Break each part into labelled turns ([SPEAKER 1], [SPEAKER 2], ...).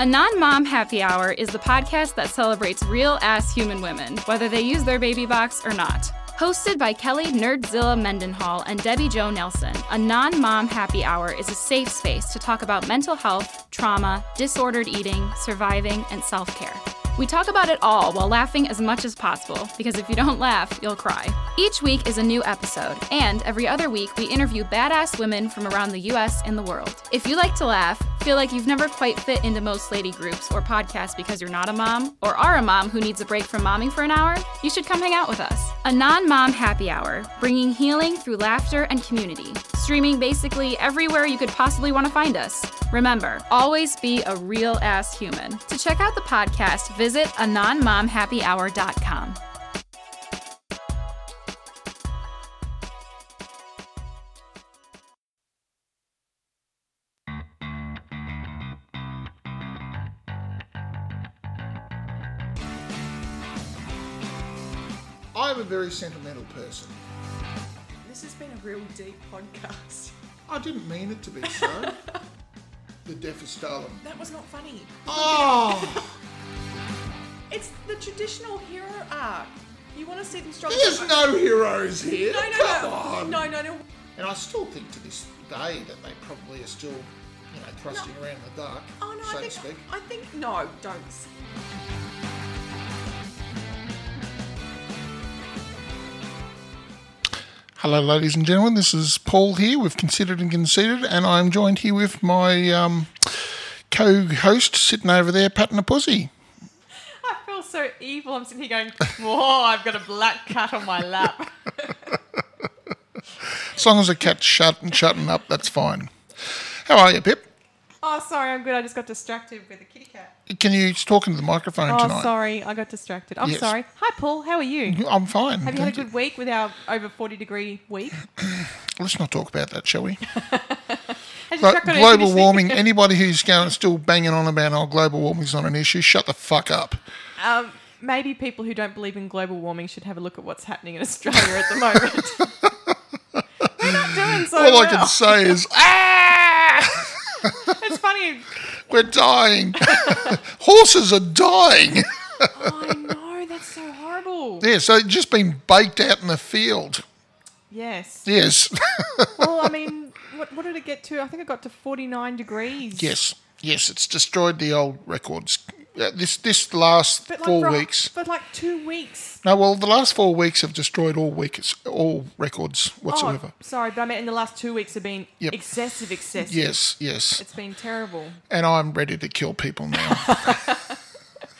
[SPEAKER 1] A Non Mom Happy Hour is the podcast that celebrates real ass human women, whether they use their baby box or not. Hosted by Kelly Nerdzilla Mendenhall and Debbie Jo Nelson, a non mom happy hour is a safe space to talk about mental health, trauma, disordered eating, surviving, and self care. We talk about it all while laughing as much as possible, because if you don't laugh, you'll cry. Each week is a new episode, and every other week we interview badass women from around the US and the world. If you like to laugh, feel like you've never quite fit into most lady groups or podcasts because you're not a mom, or are a mom who needs a break from momming for an hour, you should come hang out with us. A non mom happy hour, bringing healing through laughter and community. Streaming basically everywhere you could possibly want to find us. Remember, always be a real ass human. To check out the podcast, visit anonmomhappyhour.com.
[SPEAKER 2] I'm a very sentimental person.
[SPEAKER 3] This has been a real deep podcast.
[SPEAKER 2] I didn't mean it to be so. the death of Stalin.
[SPEAKER 3] That was not funny.
[SPEAKER 2] Oh,
[SPEAKER 3] It's the traditional hero arc. You want to see them struggle.
[SPEAKER 2] there's no heroes here.
[SPEAKER 3] No, no,
[SPEAKER 2] Come
[SPEAKER 3] no.
[SPEAKER 2] on.
[SPEAKER 3] No, no, no.
[SPEAKER 2] And I still think to this day that they probably are still, you know, thrusting around in the dark,
[SPEAKER 3] Oh no,
[SPEAKER 2] so
[SPEAKER 3] I
[SPEAKER 2] to
[SPEAKER 3] think
[SPEAKER 2] speak.
[SPEAKER 3] I think no, don't. say-
[SPEAKER 2] Hello, ladies and gentlemen. This is Paul here with Considered and Conceited, and I'm joined here with my um, co-host sitting over there, patting a pussy.
[SPEAKER 4] I feel so evil. I'm sitting here going, "Whoa, I've got a black cat on my lap."
[SPEAKER 2] As long as the cat's shut and shutting up, that's fine. How are you, Pip?
[SPEAKER 4] oh, sorry, I'm good. I just got distracted with a kitty cat.
[SPEAKER 2] Can you talk into the microphone
[SPEAKER 4] Oh,
[SPEAKER 2] tonight?
[SPEAKER 4] sorry, I got distracted. I'm
[SPEAKER 2] Yes.
[SPEAKER 4] sorry. Hi, Paul. How are you?
[SPEAKER 2] I'm fine.
[SPEAKER 4] Have you had a
[SPEAKER 2] thank
[SPEAKER 4] good week with our over 40 degree week?
[SPEAKER 2] Let's not talk about that, shall we?
[SPEAKER 4] Has your
[SPEAKER 2] Like
[SPEAKER 4] truck got air
[SPEAKER 2] global
[SPEAKER 4] conditioning?
[SPEAKER 2] warming. Anybody who's going still banging on about oh global warming's not an issue, shut the fuck up.
[SPEAKER 4] Um, maybe people who don't believe in global warming should have a look at what's happening in Australia at the moment. We're not doing so
[SPEAKER 2] All
[SPEAKER 4] well.
[SPEAKER 2] I can say is ah,
[SPEAKER 4] It's funny.
[SPEAKER 2] we're dying. Horses are dying.
[SPEAKER 4] I know that's so horrible.
[SPEAKER 2] yeah, so it's just been baked out in the field.
[SPEAKER 4] Yes.
[SPEAKER 2] Yes,
[SPEAKER 4] Well, I mean, what, what did it get to? I think it got to 49 degrees.
[SPEAKER 2] yes, yes. It's destroyed the old records. Uh, This this last
[SPEAKER 4] But like
[SPEAKER 2] four
[SPEAKER 4] for a-
[SPEAKER 2] weeks.
[SPEAKER 4] but like two weeks.
[SPEAKER 2] No, well, the last four weeks have destroyed all weeks, all records whatsoever.
[SPEAKER 4] Oh, sorry, but I mean, in the last two weeks have been
[SPEAKER 2] Yep.
[SPEAKER 4] excessive, excessive.
[SPEAKER 2] Yes, yes.
[SPEAKER 4] It's been terrible.
[SPEAKER 2] And I'm ready to kill people now.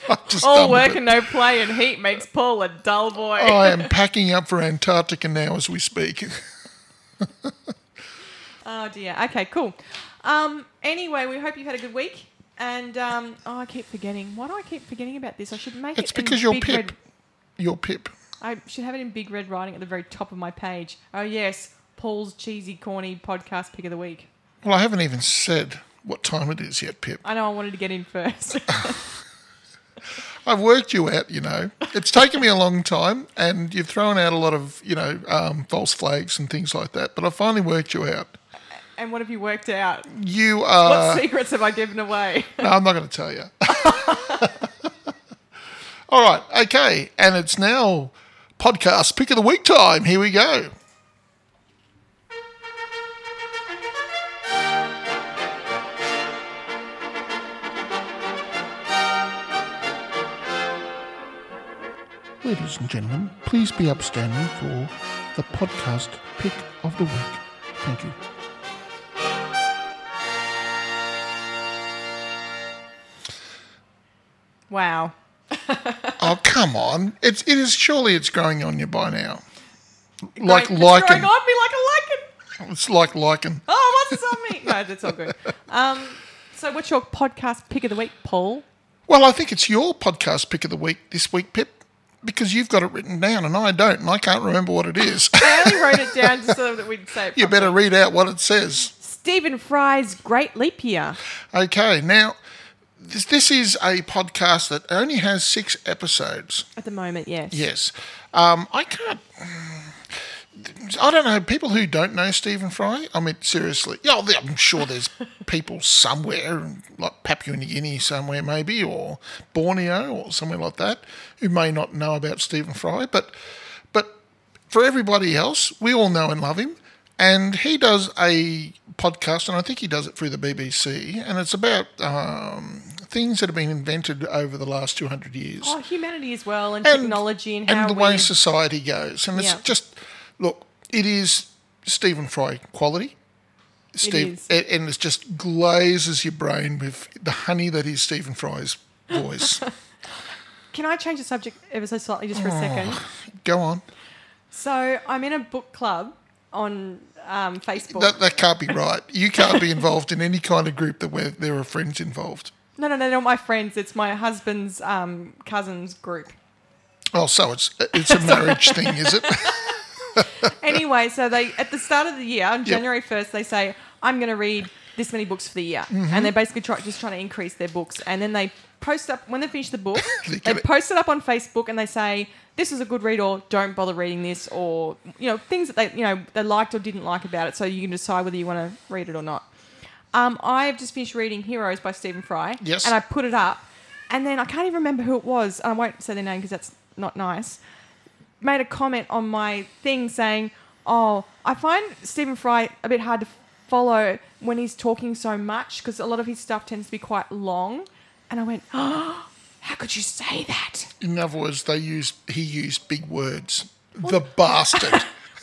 [SPEAKER 2] I'm just
[SPEAKER 4] All
[SPEAKER 2] done with
[SPEAKER 4] work
[SPEAKER 2] it. Oh,
[SPEAKER 4] and no play and heat makes Paul a dull boy.
[SPEAKER 2] I am packing up for Antarctica now as we speak.
[SPEAKER 4] Oh dear. Okay, cool. Um, anyway, we hope you've had a good week. And um, oh, I keep forgetting. Why do I keep forgetting about this? I should make
[SPEAKER 2] It's
[SPEAKER 4] it. in
[SPEAKER 2] because you're
[SPEAKER 4] big
[SPEAKER 2] Pip.
[SPEAKER 4] Red,
[SPEAKER 2] Your pip.
[SPEAKER 4] I should have it in big red writing at the very top of my page. Oh yes, Paul's cheesy, corny podcast pick of the week.
[SPEAKER 2] Well, I haven't even said what time it is yet, Pip.
[SPEAKER 4] I know I wanted to get in first.
[SPEAKER 2] I've worked you out, you know. It's taken me a long time, and you've thrown out a lot of, you know, um, false flags and things like that. But I finally worked you out.
[SPEAKER 4] and what have you worked out?
[SPEAKER 2] You
[SPEAKER 4] What
[SPEAKER 2] are.
[SPEAKER 4] secrets have I given away?
[SPEAKER 2] No, I'm not going to tell you. All right, okay, and it's now podcast pick of the week time. Here we go. Ladies and gentlemen, please be upstanding for the podcast pick of the week. Thank you.
[SPEAKER 4] Wow.
[SPEAKER 2] Oh come on! It's it is surely it's growing on you by now. Like
[SPEAKER 4] Growing- it's
[SPEAKER 2] lichen,
[SPEAKER 4] growing on me like a lichen.
[SPEAKER 2] it's like lichen.
[SPEAKER 4] Oh, what's on me? No, that's all good. Um, so, what's your podcast pick of the week, Paul?
[SPEAKER 2] Well, I think it's your podcast pick of the week this week, Pip, because you've got it written down and I don't, and I can't remember what it is.
[SPEAKER 4] I only wrote it down just so that we'd say it.
[SPEAKER 2] you
[SPEAKER 4] properly.
[SPEAKER 2] better read out what it says.
[SPEAKER 4] Stephen Fry's Great Leap Year.
[SPEAKER 2] Okay, now this this is a podcast that only has six episodes.
[SPEAKER 4] At the moment, yes.
[SPEAKER 2] Yes. Um, I can't. I don't know people who don't know Stephen Fry. I mean, seriously, yeah, there- I'm sure there's people somewhere, like Papua New Guinea somewhere maybe, or Borneo or somewhere like that, who may not know about Stephen Fry. But, but for everybody else, we all know and love him, and he does a podcast, and I think he does it through the BBC, and it's about um, things that have been invented over the last 200 years
[SPEAKER 4] Oh, humanity as well, and,
[SPEAKER 2] and-
[SPEAKER 4] technology, and,
[SPEAKER 2] and
[SPEAKER 4] how
[SPEAKER 2] the
[SPEAKER 4] we,
[SPEAKER 2] way society goes. And it's
[SPEAKER 4] Yeah.
[SPEAKER 2] just look, it is Stephen Fry quality. Steve,
[SPEAKER 4] is.
[SPEAKER 2] and and it just glazes your brain with the honey that is Stephen Fry's voice.
[SPEAKER 4] Can I change the subject ever so slightly, just for a second?
[SPEAKER 2] Go on.
[SPEAKER 4] So I'm in a book club on um, Facebook.
[SPEAKER 2] That, that can't be right. You can't be involved in any kind of group that where there are friends involved.
[SPEAKER 4] no, no, no, not my friends. It's my husband's um, cousin's group.
[SPEAKER 2] Oh, so it's it's a marriage thing, is it?
[SPEAKER 4] anyway, so they at the start of the year on January first, they say I'm going to read this many books for the year,
[SPEAKER 2] Mm-hmm.
[SPEAKER 4] and they're basically try, just trying to increase their books. And then they post up when they finish the book,
[SPEAKER 2] They
[SPEAKER 4] they
[SPEAKER 2] get it.
[SPEAKER 4] post it up on Facebook, and they say this is a good read, or don't bother reading this, or you know things that they you know they liked or didn't like about it, so you can decide whether you want to read it or not. Um, I've just finished reading Heroes by Stephen Fry,
[SPEAKER 2] Yes.
[SPEAKER 4] and I put it up, and then I can't even remember who it was. and I won't say their name because that's not nice made a comment on my thing saying, "Oh, I find Stephen Fry a bit hard to follow when he's talking so much because a lot of his stuff tends to be quite long." And I went, "Oh, how could you say that?"
[SPEAKER 2] In other words, they used he used big words. The bastard.
[SPEAKER 4] Well,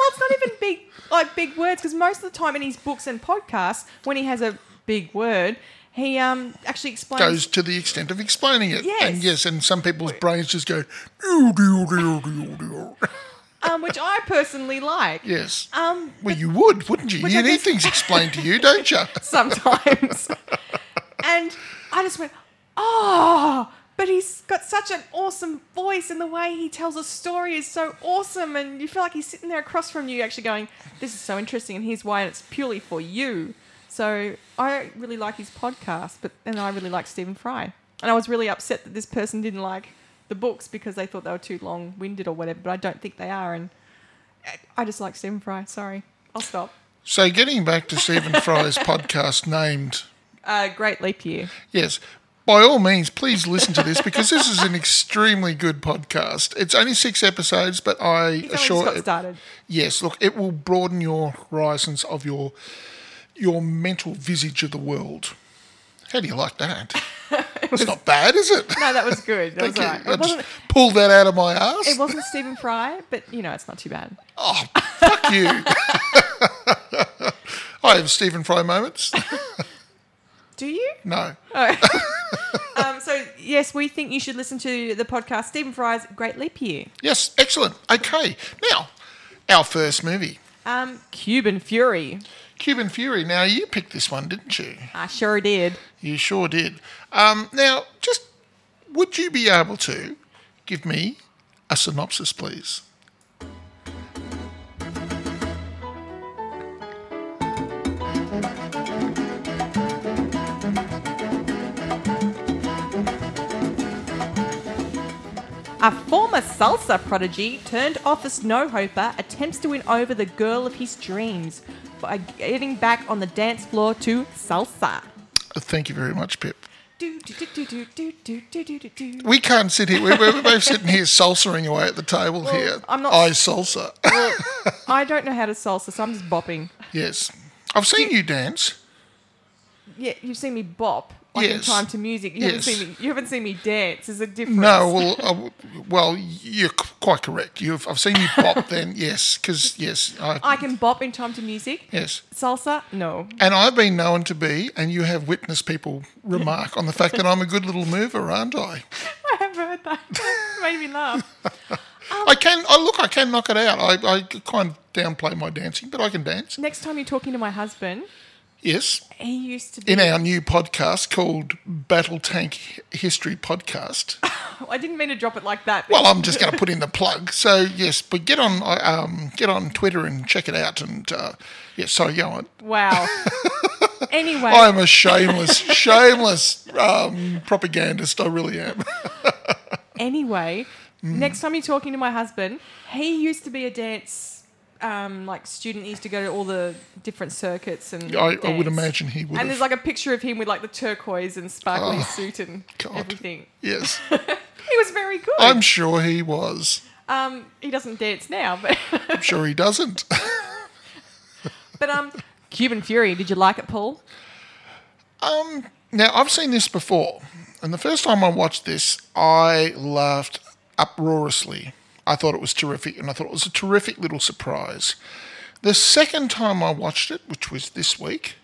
[SPEAKER 4] it's not even big like big words because most of the time in his books and podcasts, when he has a big word, he um actually explains.
[SPEAKER 2] goes to the extent of explaining it.
[SPEAKER 4] Yes.
[SPEAKER 2] And yes, and some people's brains just go, "Doo, doo, doo, doo, doo."
[SPEAKER 4] um, which I personally like.
[SPEAKER 2] yes.
[SPEAKER 4] Um,
[SPEAKER 2] well, you would, wouldn't you?
[SPEAKER 4] which
[SPEAKER 2] You
[SPEAKER 4] I
[SPEAKER 2] need
[SPEAKER 4] guess-
[SPEAKER 2] things explained to you, don't you?
[SPEAKER 4] sometimes. and I just went, oh, but he's got such an awesome voice, and the way he tells a story is so awesome. And you feel like he's sitting there across from you, actually going, this is so interesting, and here's why, and it's purely for you. So I really like his podcast, but and I really like Stephen Fry. And I was really upset that this person didn't like the books because they thought they were too long winded or whatever, but I don't think they are. And I- I just like Stephen Fry. Sorry. I'll stop.
[SPEAKER 2] So, getting back to Stephen Fry's podcast named,
[SPEAKER 4] Uh, great leap year.
[SPEAKER 2] yes, by all means, please listen to this because this is an extremely good podcast. It's only six episodes, but I
[SPEAKER 4] He's only
[SPEAKER 2] assure
[SPEAKER 4] just got started.
[SPEAKER 2] Yes, look, it will broaden your horizons of your your mental visage of the world. How do you like that? it's not bad, is it?
[SPEAKER 4] No, that was good. That was all right.
[SPEAKER 2] Thank you. I
[SPEAKER 4] It
[SPEAKER 2] just
[SPEAKER 4] wasn't,
[SPEAKER 2] pulled that out of my ass.
[SPEAKER 4] it wasn't Stephen Fry, but you know, it's not too bad.
[SPEAKER 2] oh, fuck you. I have Stephen Fry moments.
[SPEAKER 4] Do you?
[SPEAKER 2] No.
[SPEAKER 4] Oh. Um, so, yes, we think you should listen to the podcast Stephen Fry's Great Leap Year.
[SPEAKER 2] Yes, excellent. Okay. Now, our first movie,
[SPEAKER 4] Um, Cuban Fury.
[SPEAKER 2] Cuban Fury. Now, you picked this one, didn't you?
[SPEAKER 4] I sure did.
[SPEAKER 2] You sure did. Um, now, just would you be able to give me a synopsis, please?
[SPEAKER 4] A former salsa prodigy turned office no hoper attempts to win over the girl of his dreams by getting back on the dance floor to salsa.
[SPEAKER 2] Thank you very much, Pip.
[SPEAKER 4] Do, do, do, do, do, do, do, do, do, do, do.
[SPEAKER 2] We can't sit here. We're, we're both sitting here salsering away at the table here.
[SPEAKER 4] I'm not-
[SPEAKER 2] I salsa.
[SPEAKER 4] I don't know how to salsa, so I'm just bopping.
[SPEAKER 2] yes. I've seen you dance.
[SPEAKER 4] Yeah, you've seen me bop like in
[SPEAKER 2] Yes.
[SPEAKER 4] time to music. You haven't
[SPEAKER 2] Yes.
[SPEAKER 4] seen me. You haven't seen me dance. There's a difference.
[SPEAKER 2] No, well, I w well, you're c- quite correct. You've, I've seen you bop then, yes, because, yes, I,
[SPEAKER 4] I can bop in time to music.
[SPEAKER 2] yes.
[SPEAKER 4] Salsa, no.
[SPEAKER 2] And I've been known to be, and you have witnessed people remark on the fact that I'm a good little mover, aren't I?
[SPEAKER 4] I have heard that. It made me laugh. Um,
[SPEAKER 2] I can, I look, I can knock it out. I, I kind of downplay my dancing, but I can dance.
[SPEAKER 4] Next time you're talking to my husband,
[SPEAKER 2] Yes.
[SPEAKER 4] he used to be.
[SPEAKER 2] In our new podcast called Battle Tank History Podcast.
[SPEAKER 4] I didn't mean to drop it like that. but
[SPEAKER 2] Well, I'm just going to put in the plug. So yes, but get on I, um, get on Twitter and check it out. And uh, yeah, sorry, go on.
[SPEAKER 4] wow. anyway,
[SPEAKER 2] I am a shameless, shameless um, propagandist. I really am. Mm.
[SPEAKER 4] anyway, next time you're talking to my husband, he used to be a dance um, like student he used to go to all the different circuits and
[SPEAKER 2] I, I would
[SPEAKER 4] dance.
[SPEAKER 2] imagine he would.
[SPEAKER 4] And
[SPEAKER 2] have.
[SPEAKER 4] there's like a picture of him with like the turquoise and sparkly suit and
[SPEAKER 2] Oh, God.
[SPEAKER 4] everything.
[SPEAKER 2] yes,
[SPEAKER 4] He was very good.
[SPEAKER 2] I'm sure he was.
[SPEAKER 4] um, he doesn't dance now, but
[SPEAKER 2] I'm sure he doesn't.
[SPEAKER 4] but um, Cuban Fury. Did you like it, Paul?
[SPEAKER 2] Um, now I've seen this before, and the first time I watched this, I laughed uproariously. I thought it was terrific, and I thought it was a terrific little surprise. The second time I watched it, which was this week,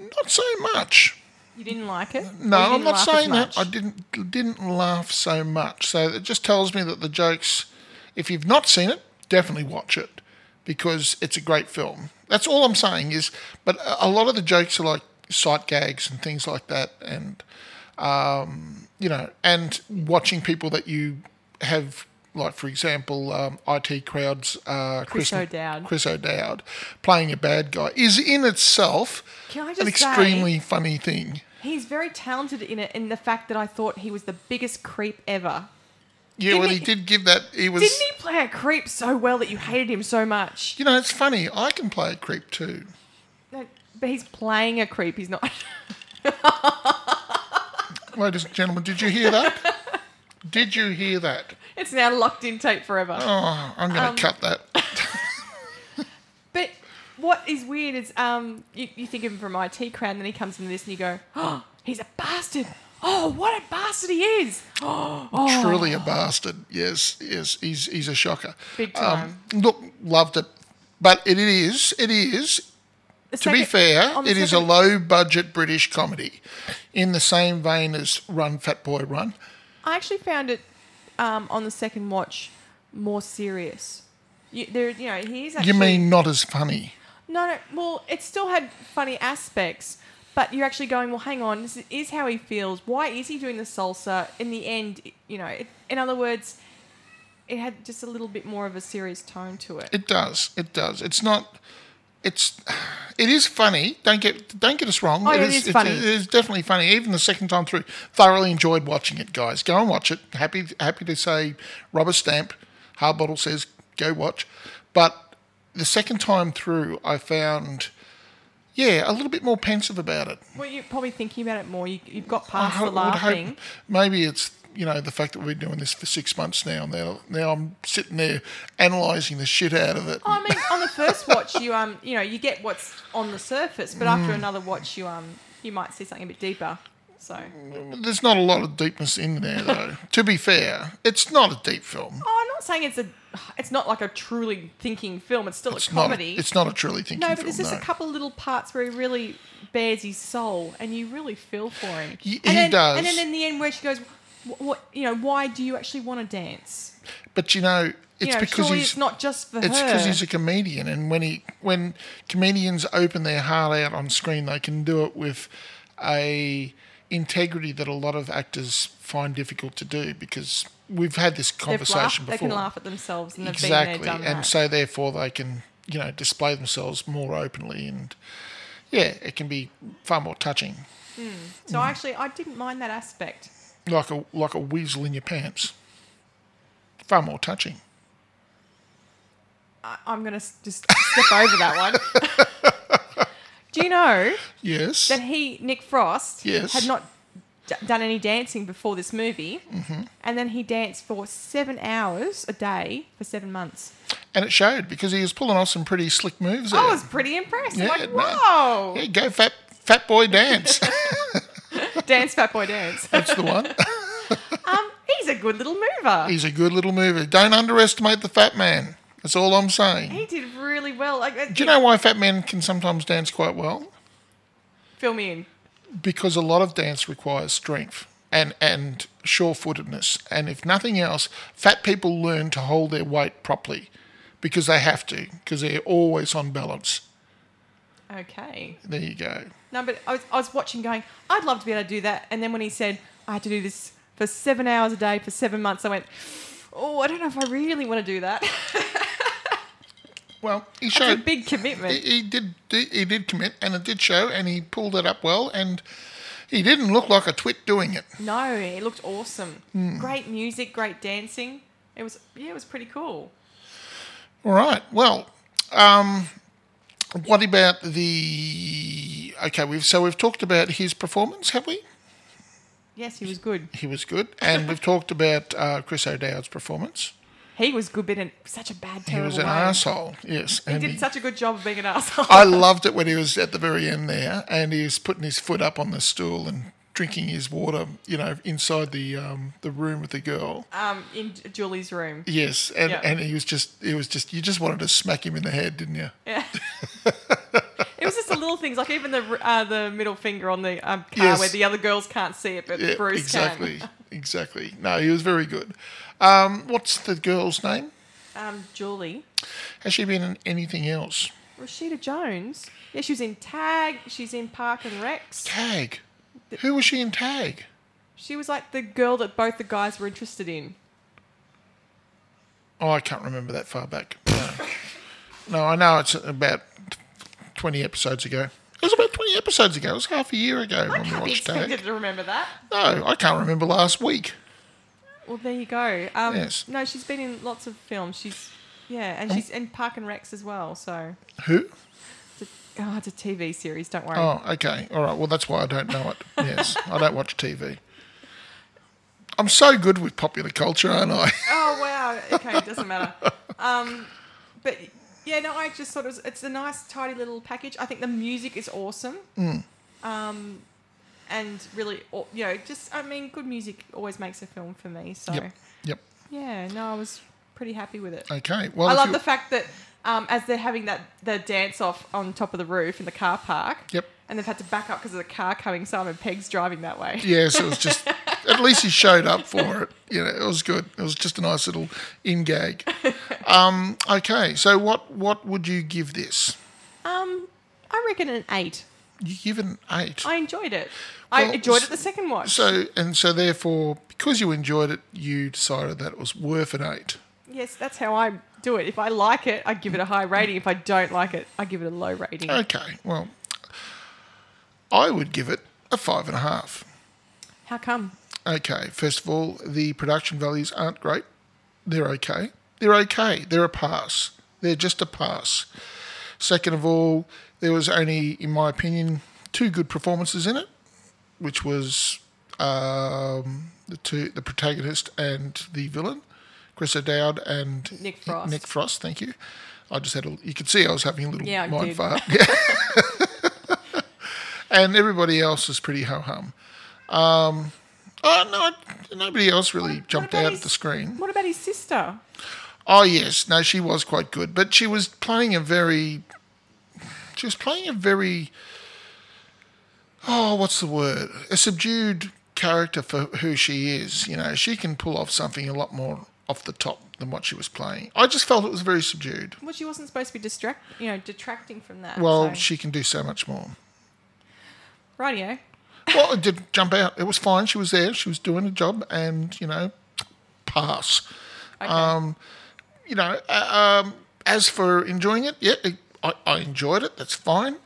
[SPEAKER 2] not so much.
[SPEAKER 4] You didn't like it? Or you
[SPEAKER 2] No, I'm not
[SPEAKER 4] didn't laugh as
[SPEAKER 2] saying that.
[SPEAKER 4] much?
[SPEAKER 2] I didn't didn't laugh so much. So it just tells me that the jokes. If you've not seen it, definitely watch it because it's a great film. That's all I'm saying is. But a a lot of the jokes are like sight gags and things like that, and um, you know, and watching people that you have. Like for example, um, IT crowds, uh,
[SPEAKER 4] Chris O'Dowd.
[SPEAKER 2] Chris O'Dowd playing a bad guy is in itself
[SPEAKER 4] Can I
[SPEAKER 2] an
[SPEAKER 4] just say-
[SPEAKER 2] extremely funny thing.
[SPEAKER 4] He's very talented in it, in the fact that I thought he was the biggest creep ever.
[SPEAKER 2] Yeah,
[SPEAKER 4] Didn't
[SPEAKER 2] well, he,
[SPEAKER 4] he-
[SPEAKER 2] did give that. He was.
[SPEAKER 4] Didn't he play a creep so well that you hated him so much?
[SPEAKER 2] You know, it's funny. I can play a creep too.
[SPEAKER 4] No, but he's playing a creep. He's not.
[SPEAKER 2] Ladies and gentlemen, did you hear that? did you hear that?
[SPEAKER 4] it's now locked in tape forever.
[SPEAKER 2] Oh, I'm
[SPEAKER 4] Um,
[SPEAKER 2] going to cut that.
[SPEAKER 4] But what is weird is um, you, you think of him from IT Crowd, and then he comes into this, and you go, oh, he's a bastard. Oh, what a bastard he is. oh.
[SPEAKER 2] Truly a bastard. Yes, yes. He's he's a shocker.
[SPEAKER 4] Big
[SPEAKER 2] Um, look, loved it, but it is it is.
[SPEAKER 4] The
[SPEAKER 2] To be
[SPEAKER 4] second-
[SPEAKER 2] fair,
[SPEAKER 4] on the
[SPEAKER 2] it is a
[SPEAKER 4] second-
[SPEAKER 2] low budget British comedy, in the same vein as Run Fat Boy Run.
[SPEAKER 4] I actually found it um, on the second watch more serious. You, there, you know, he's actually.
[SPEAKER 2] You mean not as funny?
[SPEAKER 4] No, no. Well, it still had funny aspects, but you're actually going, well, hang on, this is how he feels. Why is he doing the salsa? In the end, you know, it, in other words, it had just a little bit more of a serious tone to it.
[SPEAKER 2] It does. It does. It's not. It's. It is funny. Don't get. Don't get us wrong.
[SPEAKER 4] Oh, it is funny.
[SPEAKER 2] It is definitely funny. Even the second time through, thoroughly enjoyed watching it, guys. Go and watch it. Happy. Happy to say, rubber stamp. Hardbottle says, go watch. But the second time through, I found, yeah, a little bit more pensive about it.
[SPEAKER 4] Well, you're probably thinking about it more. You, you've got past
[SPEAKER 2] ho-
[SPEAKER 4] the
[SPEAKER 2] would
[SPEAKER 4] laughing.
[SPEAKER 2] hope maybe it's you know the fact that we're doing this for six months now. Now, now I'm sitting there analysing the shit out of it.
[SPEAKER 4] Oh, I mean, on the first watch, you um, you know, you get what's on the surface, but after
[SPEAKER 2] Mm.
[SPEAKER 4] another watch, you um, you might see something a bit deeper. So,
[SPEAKER 2] Mm. There's not a lot of deepness in there, though. to be fair, it's not a deep film.
[SPEAKER 4] oh, I'm not saying it's a, it's not like a truly thinking film. It's still
[SPEAKER 2] It's
[SPEAKER 4] a comedy.
[SPEAKER 2] not. It's not a truly thinking
[SPEAKER 4] no, but
[SPEAKER 2] film.
[SPEAKER 4] there's just
[SPEAKER 2] no.
[SPEAKER 4] a couple of little parts where he really bears his soul, and you really feel for him.
[SPEAKER 2] He-
[SPEAKER 4] and
[SPEAKER 2] he
[SPEAKER 4] then,
[SPEAKER 2] does.
[SPEAKER 4] And then in the end, where she goes, "What, what you know? Why do you actually want to dance?
[SPEAKER 2] But you know, it's
[SPEAKER 4] you know,
[SPEAKER 2] because
[SPEAKER 4] surely
[SPEAKER 2] he's
[SPEAKER 4] it's not just for
[SPEAKER 2] it's
[SPEAKER 4] her."
[SPEAKER 2] because he's a comedian, and when he when comedians open their heart out on screen, they can do it with a integrity that a lot of actors find difficult to do because we've had this
[SPEAKER 4] They've
[SPEAKER 2] conversation
[SPEAKER 4] laughed,
[SPEAKER 2] before.
[SPEAKER 4] they can laugh at themselves, and they've been there, done
[SPEAKER 2] and
[SPEAKER 4] that.
[SPEAKER 2] so therefore they can you know display themselves more openly and yeah it can be far more touching
[SPEAKER 4] So I actually, I didn't mind that aspect.
[SPEAKER 2] like a like a weasel in your pants far more touching
[SPEAKER 4] I, I'm going to just step over that one. Do you know
[SPEAKER 2] yes
[SPEAKER 4] that he, Nick Frost,
[SPEAKER 2] Yes.
[SPEAKER 4] had not d- done any dancing before this movie,
[SPEAKER 2] Mm-hmm.
[SPEAKER 4] and then he danced for seven hours a day for seven months.
[SPEAKER 2] and it showed because he was pulling off some pretty slick moves there.
[SPEAKER 4] I was pretty impressed. I'm like,
[SPEAKER 2] no.
[SPEAKER 4] whoa,
[SPEAKER 2] yeah go fat fat boy dance
[SPEAKER 4] dance, fat boy, dance.
[SPEAKER 2] that's the one
[SPEAKER 4] um, he's a good little mover.
[SPEAKER 2] he's a good little mover don't underestimate the fat man that's all i'm saying
[SPEAKER 4] He did really well. Like, uh,
[SPEAKER 2] do you know why fat men can sometimes dance quite well
[SPEAKER 4] fill me in.
[SPEAKER 2] because a lot of dance requires strength and and sure-footedness and if nothing else fat people learn to hold their weight properly because they have to because they're always on balance
[SPEAKER 4] Okay.
[SPEAKER 2] there you go
[SPEAKER 4] No, but I was, I was watching going, I'd love to be able to do that. And then when he said, I had to do this for seven hours a day for seven months, I went, oh, I don't know if I really want to do that.
[SPEAKER 2] well he
[SPEAKER 4] it's a
[SPEAKER 2] showed
[SPEAKER 4] big
[SPEAKER 2] he,
[SPEAKER 4] commitment.
[SPEAKER 2] he did he did commit and it did show and he pulled it up well and he didn't look like a twit doing it
[SPEAKER 4] No, it looked
[SPEAKER 2] Hmm.
[SPEAKER 4] awesome. Great music, great dancing. It was, yeah, it was pretty cool.
[SPEAKER 2] All right. Well, um, what about the? Okay, we've so we've talked about his performance, have we?
[SPEAKER 4] Yes, he was good.
[SPEAKER 2] He was good, and we've talked about uh, Chris O'Dowd's performance.
[SPEAKER 4] He was good, but in such a bad,
[SPEAKER 2] He
[SPEAKER 4] terrible
[SPEAKER 2] was an
[SPEAKER 4] way.
[SPEAKER 2] asshole. Yes,
[SPEAKER 4] He
[SPEAKER 2] and
[SPEAKER 4] did
[SPEAKER 2] he-
[SPEAKER 4] such a good job of being an asshole.
[SPEAKER 2] I loved it when he was at the very end there, and he was putting his foot up on the stool and drinking his water, you know, inside the um, the room with the girl.
[SPEAKER 4] um, in J- Julie's room.
[SPEAKER 2] Yes, and,
[SPEAKER 4] Yeah.
[SPEAKER 2] and he was just, it was just, you just wanted to smack him in the head, didn't you?
[SPEAKER 4] Yeah. it was just the little things, like even the uh, the middle finger on the um, car
[SPEAKER 2] Yes.
[SPEAKER 4] where the other girls can't see it, but
[SPEAKER 2] Yeah,
[SPEAKER 4] Bruce
[SPEAKER 2] exactly, exactly. No, he was very good. Um, what's the girl's name?
[SPEAKER 4] can. Um, Julie.
[SPEAKER 2] Has she been in anything else?
[SPEAKER 4] Rashida Jones. Yeah, she was in Tag. She's in Park and Rex.
[SPEAKER 2] Tag. Who was she in Tag?
[SPEAKER 4] She was like the girl that both the guys were interested in.
[SPEAKER 2] Oh, I can't remember that far back. No, no I know it's about 20 episodes ago. It was about 20 episodes ago. It was half a year ago when we
[SPEAKER 4] Can't be
[SPEAKER 2] watched
[SPEAKER 4] expected
[SPEAKER 2] Tag.
[SPEAKER 4] to remember that.
[SPEAKER 2] No, I can't remember last week.
[SPEAKER 4] Well, there you go. Um,
[SPEAKER 2] Yes. Oh.
[SPEAKER 4] No, she's been in lots of films. She's yeah, and she's in Park and Rex as well. So
[SPEAKER 2] Who?
[SPEAKER 4] it's a, oh, it's a TV series. Don't worry.
[SPEAKER 2] Oh, okay. All right. Well, that's why I don't know it. Yes, I don't watch TV. I'm so good with popular culture, aren't I?
[SPEAKER 4] Oh wow. Okay, it doesn't matter. Um, but yeah, no, I just thought it was, it's a nice, tidy little package. I think the music is awesome.
[SPEAKER 2] Mm.
[SPEAKER 4] Um, and really, au- you know, just I mean, good music always makes a film for me. So
[SPEAKER 2] Yep. Yep.
[SPEAKER 4] yeah, no, I was pretty happy with it.
[SPEAKER 2] Okay. Well,
[SPEAKER 4] I
[SPEAKER 2] if
[SPEAKER 4] love
[SPEAKER 2] you-
[SPEAKER 4] the fact that um, as they're having that the dance off on top of the roof in the car park.
[SPEAKER 2] Yep.
[SPEAKER 4] And they've had to back up because of the car coming. Simon Pegg's driving that way.
[SPEAKER 2] Yes, it was just. At least he showed up for it. You know, it was good. It was just a nice little in gag. Um, okay, so what what would you give this?
[SPEAKER 4] Um, I reckon an eight.
[SPEAKER 2] You give it an eight.
[SPEAKER 4] I enjoyed it.
[SPEAKER 2] Well,
[SPEAKER 4] I enjoyed it the second watch.
[SPEAKER 2] So and so, therefore, because you enjoyed it, you decided that it was worth an eight.
[SPEAKER 4] Yes, that's how I do it. If I like it, I give it a high rating. If I don't like it, I give it a low rating.
[SPEAKER 2] Okay, well, I would give it a five and a half.
[SPEAKER 4] How come?
[SPEAKER 2] Okay, first of all, the production values aren't great. They're okay. They're okay. They're a pass. They're just a pass. Second of all, there was only, in my opinion, two good performances in it, which was um, the two, the protagonist and the villain, Chris O'Dowd and
[SPEAKER 4] Nick Frost.
[SPEAKER 2] Nick Frost, thank you. I just had a. You could see I was having a little
[SPEAKER 4] Yeah, I
[SPEAKER 2] mind
[SPEAKER 4] did.
[SPEAKER 2] fart. Yeah. and everybody else is pretty ho hum. Um, oh no, nobody else really jumped
[SPEAKER 4] about
[SPEAKER 2] out at
[SPEAKER 4] his-
[SPEAKER 2] the screen.
[SPEAKER 4] What about his sister?
[SPEAKER 2] Oh yes, no, she was quite good, but she was playing a very, she was playing a very, oh, what's the word? A subdued character for who she is. You know, she can pull off something a lot more off the top than what she was playing. I just felt it was very subdued.
[SPEAKER 4] Well, she wasn't supposed to be distract, you know, detracting from that.
[SPEAKER 2] Well,
[SPEAKER 4] so-
[SPEAKER 2] she can do so much more.
[SPEAKER 4] rightio.
[SPEAKER 2] Well, it did jump out. It was fine. She was there. She was doing a job, and you know, pass.
[SPEAKER 4] Okay.
[SPEAKER 2] Um, you know, uh, um, as for enjoying it, yeah, it, I, I enjoyed it. That's fine.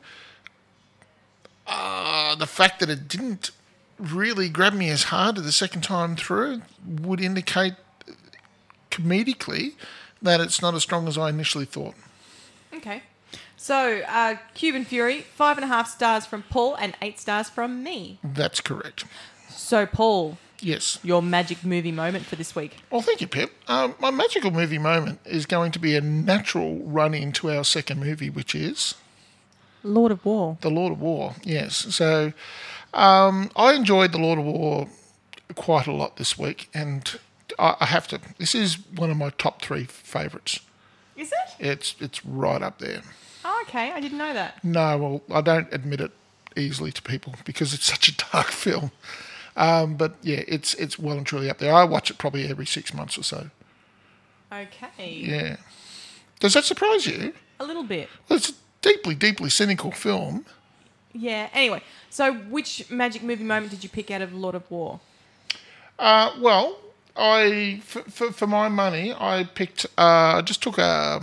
[SPEAKER 2] Uh, the fact that it didn't really grab me as hard the second time through would indicate comedically that it's not as strong as I initially thought.
[SPEAKER 4] okay. So, uh, Cuban Fury, five and a half stars from Paul and eight stars from me.
[SPEAKER 2] That's correct.
[SPEAKER 4] So, Paul,
[SPEAKER 2] Yes.
[SPEAKER 4] your magic movie moment for this week.
[SPEAKER 2] Well, thank you, Pip. Um, my magical movie moment is going to be a natural run into our second movie, which is.
[SPEAKER 4] Lord of War.
[SPEAKER 2] The Lord of War, yes. So um, I enjoyed The Lord of War quite a lot this week, and I, I have to. This is one of my top three favourites.
[SPEAKER 4] Is it?
[SPEAKER 2] It's it's right up there.
[SPEAKER 4] Oh, okay. I didn't know that.
[SPEAKER 2] No, well, I don't admit it easily to people because it's such a dark film. Um, but yeah, it's it's well and truly up there. I watch it probably every six months or so.
[SPEAKER 4] Okay.
[SPEAKER 2] Yeah. Does that surprise you?
[SPEAKER 4] A little bit.
[SPEAKER 2] Well, it's a deeply, deeply cynical film.
[SPEAKER 4] Yeah. Anyway, so which magic movie moment did you pick out of Lord of War?
[SPEAKER 2] Uh, well, I for, for, for my money, I picked. Uh, I just took a.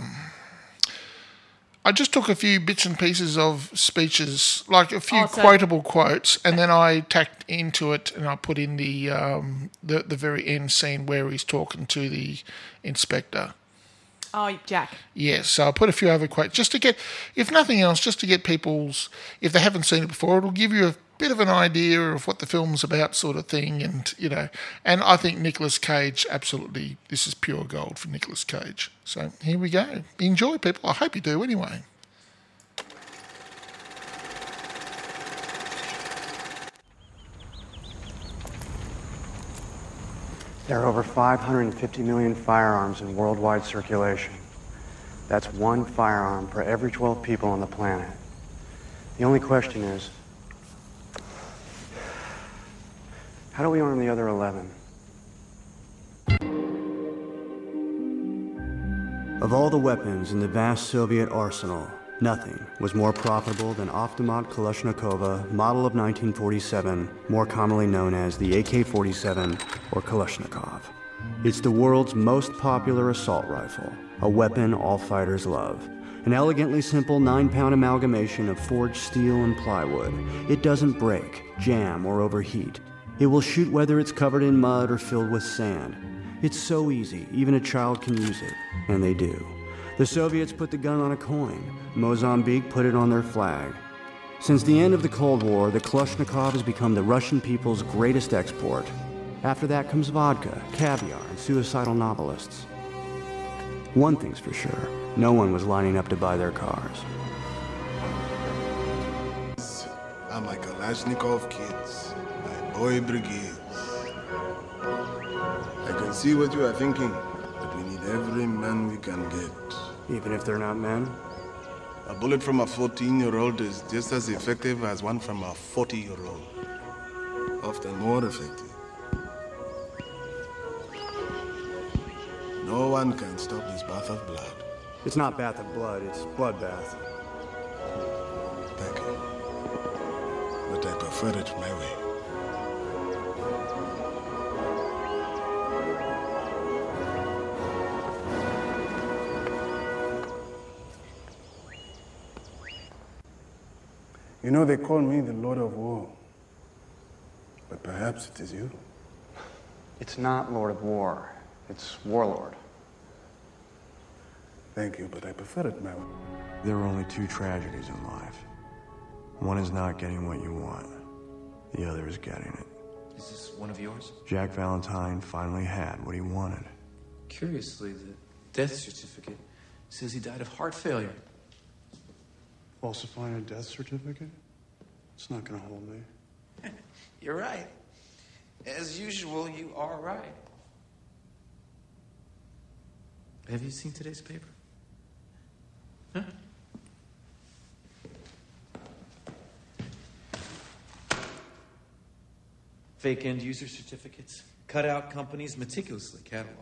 [SPEAKER 2] I just took a few bits and pieces of speeches, like a few
[SPEAKER 4] Oh, so-
[SPEAKER 2] quotable quotes, and then I tacked into it and I put in the um, the the very end scene where he's talking to the inspector.
[SPEAKER 4] Oh, Jack.
[SPEAKER 2] Yes, so I put a few other quotes just to get, if nothing else, just to get people's, if they haven't seen it before, it'll give you a bit of an idea of what the film's about, sort of thing, and you know. And I think Nicolas Cage, absolutely, this is pure gold for Nicolas Cage. So here we go. Enjoy, people. I hope you do, anyway.
[SPEAKER 5] There are over 550 million firearms in worldwide circulation. That's one firearm for every 12 people on the planet. The only question is how do we arm the other 11? Of all the weapons in the vast Soviet arsenal, nothing was more profitable than Avtomat Kalashnikova, model of 1947, more commonly known as the AK 47 or Kalashnikov. It's the world's most popular assault rifle, a weapon all fighters love. An elegantly simple nine pound amalgamation of forged steel and plywood. It doesn't break, jam, or overheat. It will shoot whether it's covered in mud or filled with sand. It's so easy, even a child can use it, and they do. The Soviets put the gun on a coin, Mozambique put it on their flag. Since the end of the Cold War, the Kalashnikov has become the Russian people's greatest export. After that comes vodka, caviar, and suicidal novelists. One thing's for sure no one was lining up to buy their cars.
[SPEAKER 6] I'm a Kalashnikov kids, my boy brigades. I can see what you are thinking, but we need every man we can get.
[SPEAKER 5] Even if they're not men,
[SPEAKER 6] A bullet from a 14 year old is just as effective as one from a 40 year old, often more effective. No one can stop this bath of blood.
[SPEAKER 5] it's not bath of blood, it's bloodbath.
[SPEAKER 6] Thank you. But I prefer it my way. You know, they call me the Lord of War. But perhaps it is you.
[SPEAKER 5] It's not Lord of War, it's Warlord.
[SPEAKER 6] Thank you, but I prefer it my way.
[SPEAKER 5] There are only two tragedies in life. One is not getting what you want, the other is getting it.
[SPEAKER 7] Is this one of yours?
[SPEAKER 5] Jack Valentine finally had what he wanted.
[SPEAKER 7] Curiously, the death certificate says he died of heart failure.
[SPEAKER 5] Falsifying a death certificate? It's not gonna hold me.
[SPEAKER 7] You're right. As usual, you are right. Have you seen today's paper? Huh? Fake end user certificates, cutout companies meticulously cataloged.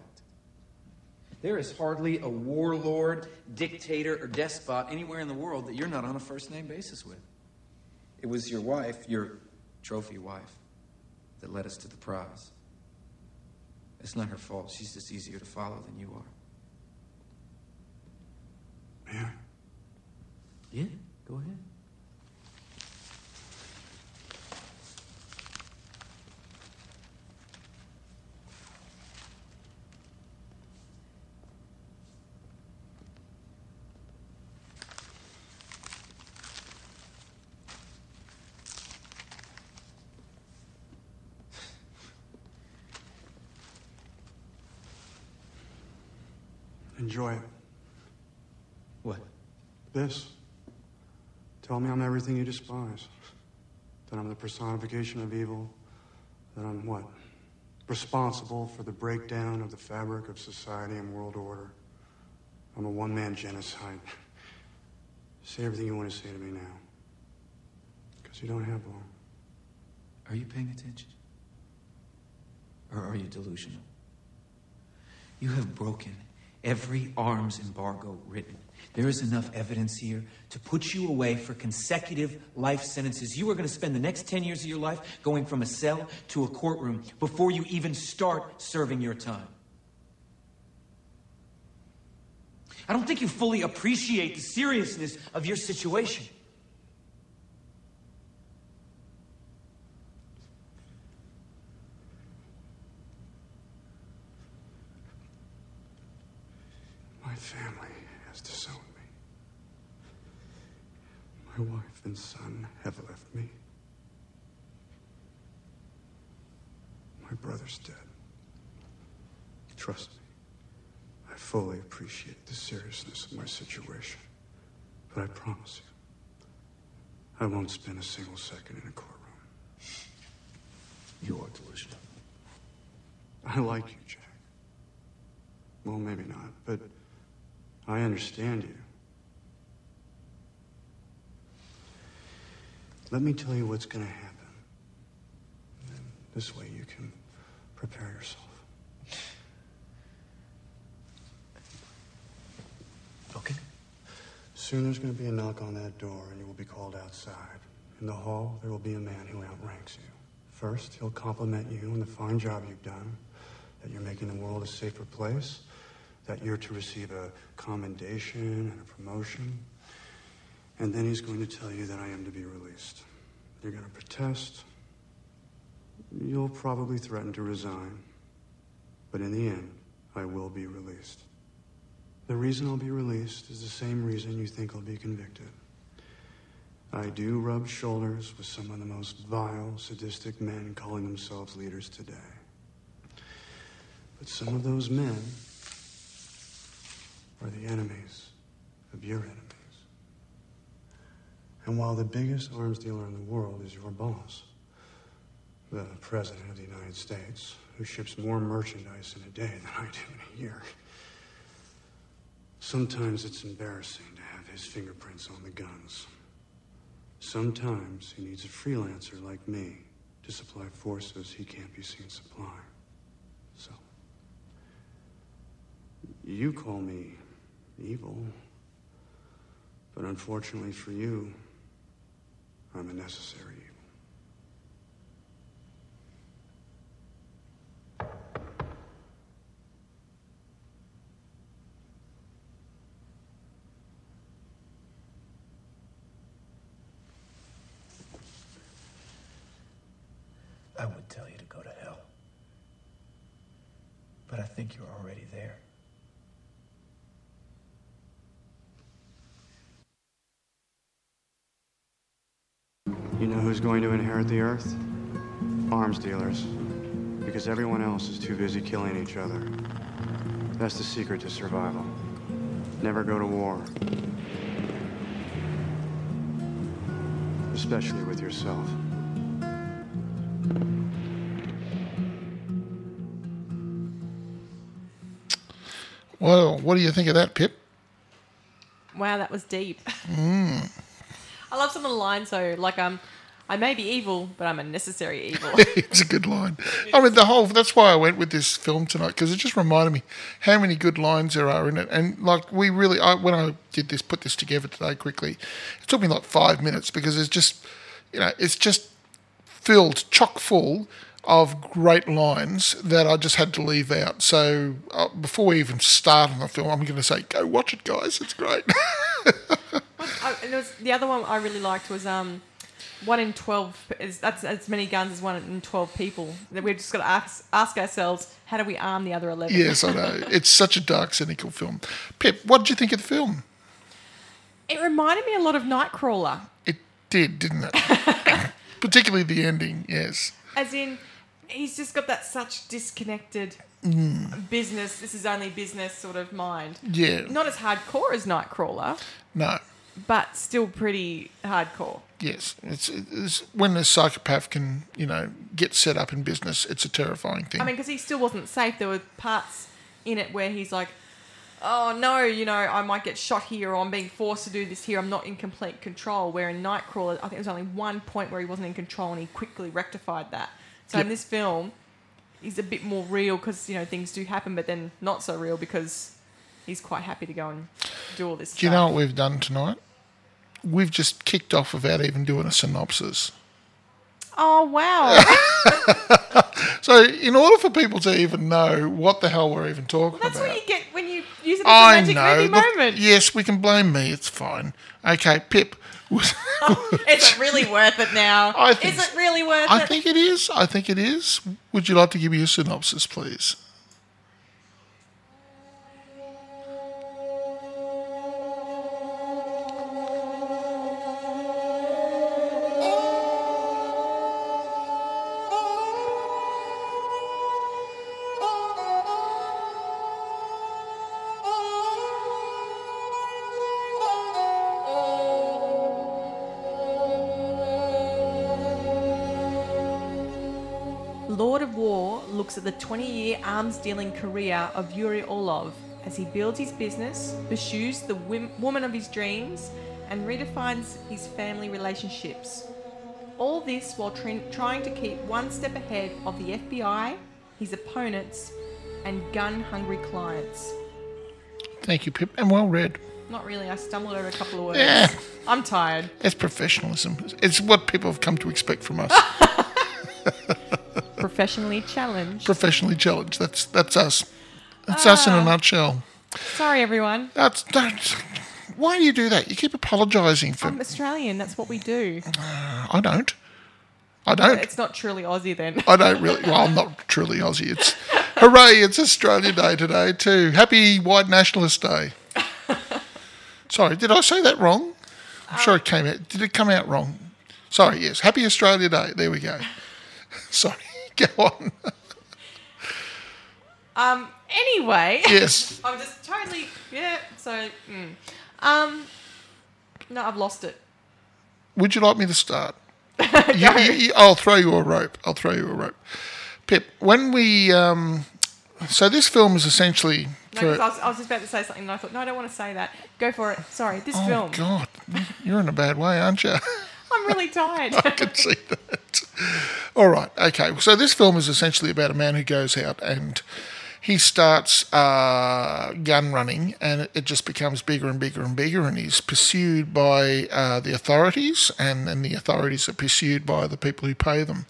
[SPEAKER 7] There is hardly a warlord, dictator, or despot anywhere in the world that you're not on a first name basis with. It was your wife, your trophy wife, that led us to the prize. It's not her fault. She's just easier to follow than you are.
[SPEAKER 5] Mayor,
[SPEAKER 7] Yeah, go ahead.
[SPEAKER 5] enjoy it.
[SPEAKER 7] What?
[SPEAKER 5] This. Tell me I'm everything you despise. That I'm the personification of evil. That I'm what? Responsible for the breakdown of the fabric of society and world order. I'm a one man genocide. say everything you want to say to me now. Because you don't have long.
[SPEAKER 7] Are you paying attention? Or are you delusional? You have broken every arms embargo written. There is enough evidence here to put you away for consecutive life sentences. You are going to spend the next 10 years of your life going from a cell to a courtroom before you even start serving your time. I don't think you fully appreciate the seriousness of your situation.
[SPEAKER 5] My family has disowned me. My wife and son have left me. My brother's dead. Trust me, I fully appreciate the seriousness of my situation, but I promise you, I won't spend a single second in a courtroom.
[SPEAKER 6] You are delusional.
[SPEAKER 5] I like you, Jack. Well, maybe not, but I understand you. Let me tell you what's going to happen. And this way you can prepare yourself.
[SPEAKER 6] Okay.
[SPEAKER 5] Soon there's going to be a knock on that door, and you will be called outside. In the hall, there will be a man who outranks you. First, he'll compliment you on the fine job you've done, that you're making the world a safer place, that you're to receive a commendation and a promotion. And then he's going to tell you that I am to be released. You're going to protest. You'll probably threaten to resign. But in the end, I will be released. The reason I'll be released is the same reason you think I'll be convicted. I do rub shoulders with some of the most vile, sadistic men calling themselves leaders today. But some of those men are the enemies of your enemies. And while the biggest arms dealer in the world is your boss, the President of the United States, who ships more merchandise in a day than I do in a year. Sometimes it's embarrassing to have his fingerprints on the guns. Sometimes he needs a freelancer like me to supply forces he can't be seen supplying. So, you call me evil, but unfortunately for you, I'm a necessary evil.
[SPEAKER 8] I would tell you to go to hell. But I think you're already there.
[SPEAKER 5] You know who's going to inherit the earth? Arms dealers. Because everyone else is too busy killing each other. That's the secret to survival. Never go to war. Especially with yourself.
[SPEAKER 2] Well, what do you think of that, Pip?
[SPEAKER 4] Wow, that was deep. I love some of the lines though, like um, I may be evil, but I'm a necessary evil.
[SPEAKER 2] it's a good line. I mean, the whole. That's why I went with this film tonight because it just reminded me how many good lines there are in it. And like we really, I, when I did this, put this together today quickly, it took me like five minutes because it's just, you know, it's just filled chock full of great lines that I just had to leave out. So uh, before we even start on the film, I'm going to say, go watch it, guys. It's great.
[SPEAKER 4] I, Oh, and there was, the other one I really liked was um, one in twelve. p- Is, that's as many guns as one in twelve people. That we've just got to ask, ask ourselves, how do we arm the other eleven?
[SPEAKER 2] yes, I know. It's such a dark, cynical film. Pip, what did you think of the film?
[SPEAKER 4] It reminded me a lot of Nightcrawler,
[SPEAKER 2] It did, didn't it? Particularly the ending, yes.
[SPEAKER 4] as in he's just got that such disconnected business. This is only business sort of mind.
[SPEAKER 2] Yeah.
[SPEAKER 4] Not as hardcore as Nightcrawler,
[SPEAKER 2] No.
[SPEAKER 4] but still pretty hardcore.
[SPEAKER 2] Yes. It's, it's when a psychopath can, you know, get set up in business, it's a terrifying thing.
[SPEAKER 4] I mean, because he still wasn't safe. There were parts in it where he's like, "Oh no, you know, I might get shot here, or I'm being forced to do this here. I'm not in complete control." Where in Nightcrawler, I think there was only one point where he wasn't in control, and he quickly rectified that. So in
[SPEAKER 2] Yep.
[SPEAKER 4] this film, he's a bit more real because you know things do happen, but then not so real because he's quite happy to go and do all this.
[SPEAKER 2] Do you
[SPEAKER 4] stuff.
[SPEAKER 2] know what we've done tonight? We've just kicked off without even doing a synopsis.
[SPEAKER 4] Oh wow,
[SPEAKER 2] So, in order for people to even know what the hell we're even talking
[SPEAKER 4] that's
[SPEAKER 2] about,
[SPEAKER 4] what you get when you use it as a
[SPEAKER 2] I
[SPEAKER 4] magic
[SPEAKER 2] know.
[SPEAKER 4] movie
[SPEAKER 2] Look,
[SPEAKER 4] moment.
[SPEAKER 2] yes, we can blame me. It's fine. Okay, Pip.
[SPEAKER 4] Is it really worth it now?
[SPEAKER 2] I think
[SPEAKER 4] Is it
[SPEAKER 2] so.
[SPEAKER 4] really worth
[SPEAKER 2] I
[SPEAKER 4] it?
[SPEAKER 2] think it is. I think it is. Would you like to give me a synopsis, please?
[SPEAKER 4] Lord of War looks at the 20 year arms dealing career of Yuri Orlov as he builds his business, pursues the wim- woman of his dreams, and redefines his family relationships. All this while tr- trying to keep one step ahead of the FBI, his opponents, and gun hungry clients.
[SPEAKER 2] Thank you, Pip. And well read.
[SPEAKER 4] Not really, I stumbled over a couple of words.
[SPEAKER 2] Yeah.
[SPEAKER 4] I'm tired.
[SPEAKER 2] It's professionalism. It's what people have come to expect from us.
[SPEAKER 4] Professionally challenged.
[SPEAKER 2] Professionally challenged. That's that's us. That's us in a nutshell.
[SPEAKER 4] Sorry, everyone.
[SPEAKER 2] That's that's- why do you do that? You keep apologising for.
[SPEAKER 4] I'm Australian, that's what we do.
[SPEAKER 2] I don't. I don't.
[SPEAKER 4] It's not truly Aussie then.
[SPEAKER 2] I don't really. Well, I'm not truly Aussie. It's hooray! It's Australia Day today too. Happy White Nationalist Day. Sorry, did I say that wrong? I'm sure it came out. Did it come out wrong? Sorry. Yes. Happy Australia Day. There we go. Sorry. Go on.
[SPEAKER 4] Um, anyway,
[SPEAKER 2] Yes.
[SPEAKER 4] I'm just totally, yeah, so, mm. um, no, I've lost it.
[SPEAKER 2] Would you like me to start? You- you- you- I'll throw you a rope. I'll throw you a rope. Pip, when we um, so this film is essentially
[SPEAKER 4] No,
[SPEAKER 2] for-
[SPEAKER 4] 'cause I, was, I was just about to say something and I thought, no, I don't want to say that. Go for it. Sorry, this
[SPEAKER 2] oh
[SPEAKER 4] film.
[SPEAKER 2] God, you're in a bad way, aren't you?
[SPEAKER 4] I'm really tired.
[SPEAKER 2] I can see that. All right, okay. So this film is essentially about a man who goes out and he starts uh, gun running, and it- it just becomes bigger and bigger and bigger, and he's pursued by uh, the authorities, and then the authorities are pursued by the people who pay them